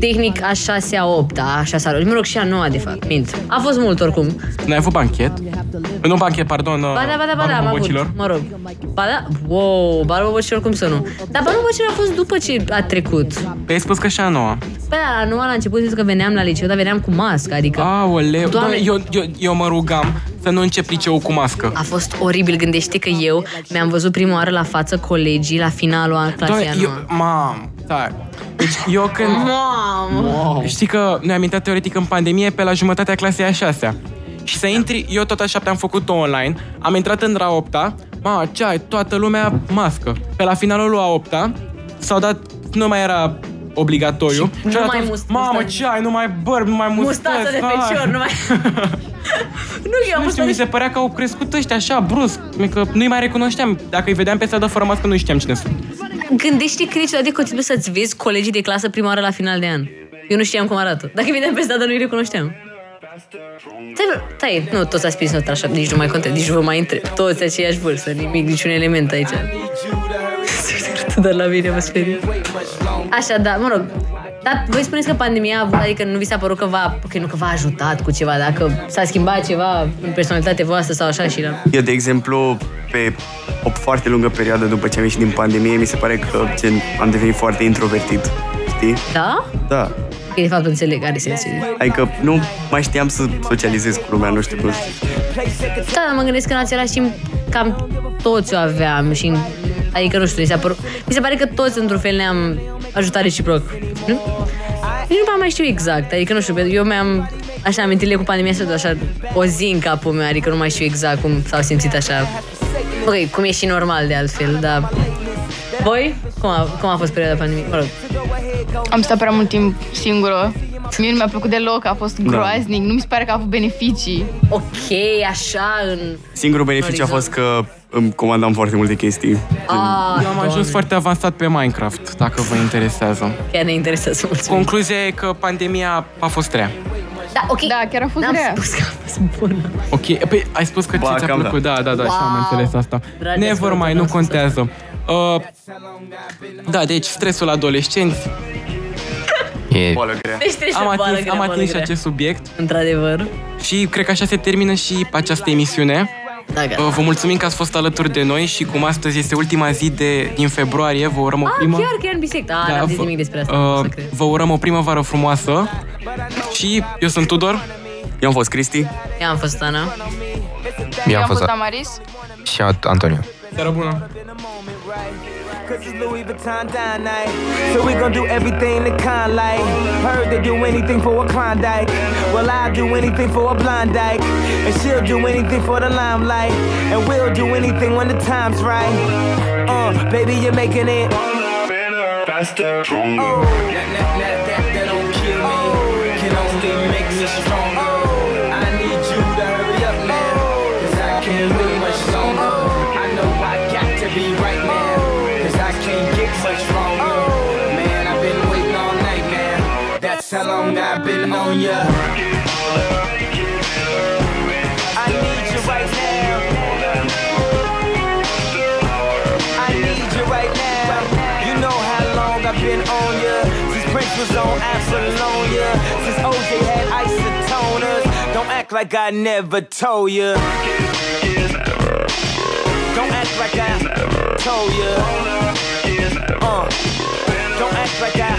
Speaker 3: tehnic a 6-a, 8-a, a 6-a, mă rog, și a 9 de fapt, mint. A fost mult oricum.
Speaker 2: Nu ai avut banchet? Nu banchet, pardon,
Speaker 3: Ba da, ba da, ba da,
Speaker 2: barul
Speaker 3: am avut,
Speaker 2: bobocilor.
Speaker 3: mă rog. Ba da, wow, barul bobocilor cum să nu. Dar barul bobocilor a fost după ce a trecut.
Speaker 2: Păi ai spus că și a noua.
Speaker 3: Păi da, la 9 la început zic că veneam la liceu, dar veneam cu mască, adică... Doamne.
Speaker 2: Aoleu, Doamne. Eu, eu, eu mă rugam să nu încep liceul cu mască.
Speaker 3: A fost oribil, gândește că eu mi-am văzut prima oară la față colegii la finalul an clasei a
Speaker 2: Doamne, eu,
Speaker 3: noua.
Speaker 2: mam, stai. Deci eu când...
Speaker 3: Mamă!
Speaker 2: Știi că noi am intrat teoretic în pandemie pe la jumătatea clasei a șasea. Și să intri, eu tot a șaptea am făcut-o online, am intrat în a opta, ma, ce ai, toată lumea mască. Pe la finalul lui a opta, s-au dat, nu mai era obligatoriu.
Speaker 3: nu
Speaker 2: au dat
Speaker 3: mai
Speaker 2: toți,
Speaker 3: must-
Speaker 2: Mamă,
Speaker 3: mustață.
Speaker 2: ce ai, nu mai bărb, nu mai mustață.
Speaker 3: Mustață de
Speaker 2: hai."
Speaker 3: fecior, nu mai... nu, eu am
Speaker 2: Nu știu, mi
Speaker 3: mustață
Speaker 2: se părea că au crescut ăștia așa, brusc, că nu-i mai recunoșteam. Dacă îi vedeam pe stradă fără mască, nu știam cine sunt.
Speaker 3: Gândește că ești adică trebuie să-ți vezi colegii de clasă prima oară la final de an. Eu nu știam cum arată. Dacă îi vedeam pe stradă, nu-i recunoșteam. Stai, bă, stai, nu, toți ați prins nota așa, nici nu mai contează, nici nu vă mai întreb. Toți aceeași vârstă, nimic, niciun element aici. Tu doar la mine mă sperie. Așa, da, mă rog. Dar voi spuneți că pandemia, a avut- adică nu vi s-a părut că v-a, că nu, că v-a ajutat cu ceva, dacă s-a schimbat ceva în personalitatea voastră sau așa și la...
Speaker 6: Eu, de exemplu, pe o foarte lungă perioadă după ce am ieșit din pandemie, mi se pare că gen, am devenit foarte introvertit, știi?
Speaker 3: Da?
Speaker 6: Da.
Speaker 3: Ok, de fapt înțeleg, are sensul.
Speaker 6: Adică nu mai știam să socializez cu lumea, nu știu cum.
Speaker 3: Da, dar mă gândesc că în același timp cam toți o aveam și adică nu știu, mi, s-a părut, mi se pare că toți într-un fel ne-am ajutat reciproc. Nu? Nici nu prea mai știu exact, adică nu știu, pentru că eu mi-am așa amintirile cu pandemia sunt așa o zi în capul meu, adică nu mai știu exact cum s-au simțit așa. Ok, cum e și normal de altfel, dar voi? Cum a, cum a fost perioada pandemiei? Mă rog,
Speaker 4: Am stat prea mult timp singură. Mie nu mi-a plăcut deloc, a fost groaznic, nu mi se pare că a avut beneficii.
Speaker 3: ok, așa, în...
Speaker 6: Singurul beneficiu a fost că îmi comandam foarte multe chestii.
Speaker 3: Ah,
Speaker 2: Eu am ajuns foarte avansat pe Minecraft, dacă vă interesează.
Speaker 3: chiar ne interesează mult.
Speaker 2: Concluzia e că pandemia a fost rea.
Speaker 3: Da, ok.
Speaker 4: Da, chiar a fost
Speaker 3: N-am
Speaker 4: grea.
Speaker 3: spus că a fost bună.
Speaker 2: Ok, păi ai spus că
Speaker 6: Ba,
Speaker 2: ce ți-a
Speaker 6: cam
Speaker 2: plăcut, da, da, da, și am
Speaker 3: Wow.
Speaker 2: înțeles asta.
Speaker 3: Dragi
Speaker 2: Never
Speaker 3: ascultători,
Speaker 2: mai, nu
Speaker 3: să-
Speaker 2: contează. Uh, da, deci stresul adolescenți.
Speaker 5: E,
Speaker 6: Boală grea.
Speaker 3: Deci trece
Speaker 2: Am
Speaker 3: boală
Speaker 2: atins,
Speaker 3: grea,
Speaker 2: am
Speaker 3: boală
Speaker 2: atins și
Speaker 3: grea.
Speaker 2: acest subiect
Speaker 3: Într-adevăr.
Speaker 2: și cred că așa se termină și această emisiune.
Speaker 3: Da, gata.
Speaker 2: Uh, Vă mulțumim că ați fost alături de noi și cum astăzi este ultima zi de, din februarie, vă urăm o
Speaker 3: Ah,
Speaker 2: primă...
Speaker 3: chiar că e în bisect. Ah, n-am zis nimic despre asta. nu o să
Speaker 2: Da, Uh,
Speaker 3: cred.
Speaker 2: vă urăm o primăvară frumoasă și eu sunt Tudor.
Speaker 6: Eu am fost Cristi.
Speaker 3: Eu am fost Ana.
Speaker 5: Eu am fost
Speaker 4: Amaris.
Speaker 5: și eu, Antonio.
Speaker 2: Seara bună!
Speaker 9: Cause it's Louis Vuitton dine night. So we gon' do everything the kind like. Heard they do anything for a Klondike. Well, I'll do anything for a blind dyke. And she'll do anything for the limelight. And we'll do anything when the time's right. Uh, baby, you're making it. Oh. That, that, that, that, that don't kill me. Can only make me stronger. I need you to hurry up now. Cause I can't wait much longer. I know I got to be right now. Cause I can't get much stronger. Man, I've been waiting all night now. That's how long I've been on ya. I need you right now. I need you right now. You know how long I've been on ya. Since Prince was on Apollonia. Since OJ had isotoners. Don't act like I never told ya. Don't act like I told ya. Uh. Don't act like I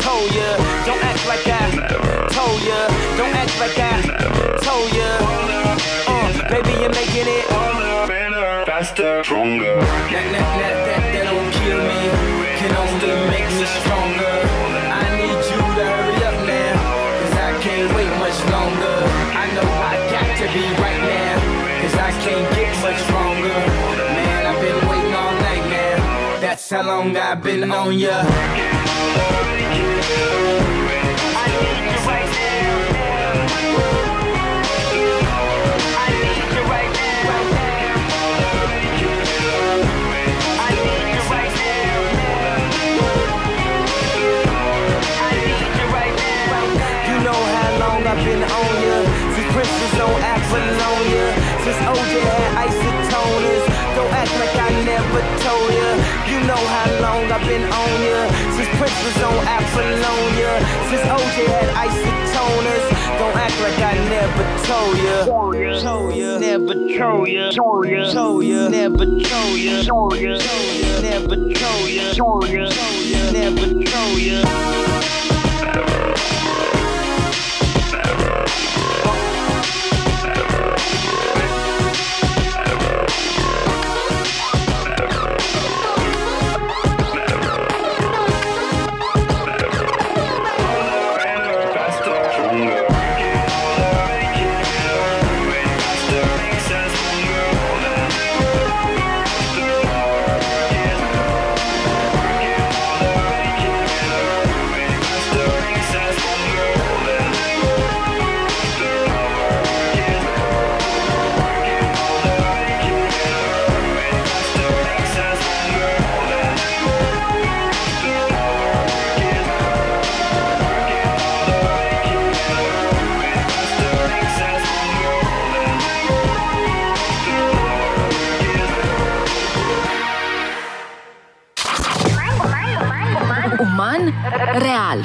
Speaker 9: told ya. Don't act like I told ya. Don't act like I told ya. Uh, baby, you're making it.
Speaker 12: Faster, stronger.
Speaker 9: That, that, that, that, that don't kill me. Can only make me stronger. I need you to hurry up now. Cause I can't wait much longer. I know I got to be right now. Cause I can't get much stronger. Man, I've been waiting all night now. That's how long I've been on ya. You know how long I've been on ya. Since Prince was on Apollonia. Since OJ had isotoners. Don't act like I never told ya. You know how long I've been on ya. Since Prince was on Apollonia. Since OJ had isotoners. Don't act like I never told ya. Told ya. Never told ya. Told ya. Told ya. Never told ya. Told ya. Never told ya. Told ya. Never told ya.
Speaker 12: Faster, stronger.
Speaker 10: Uman real.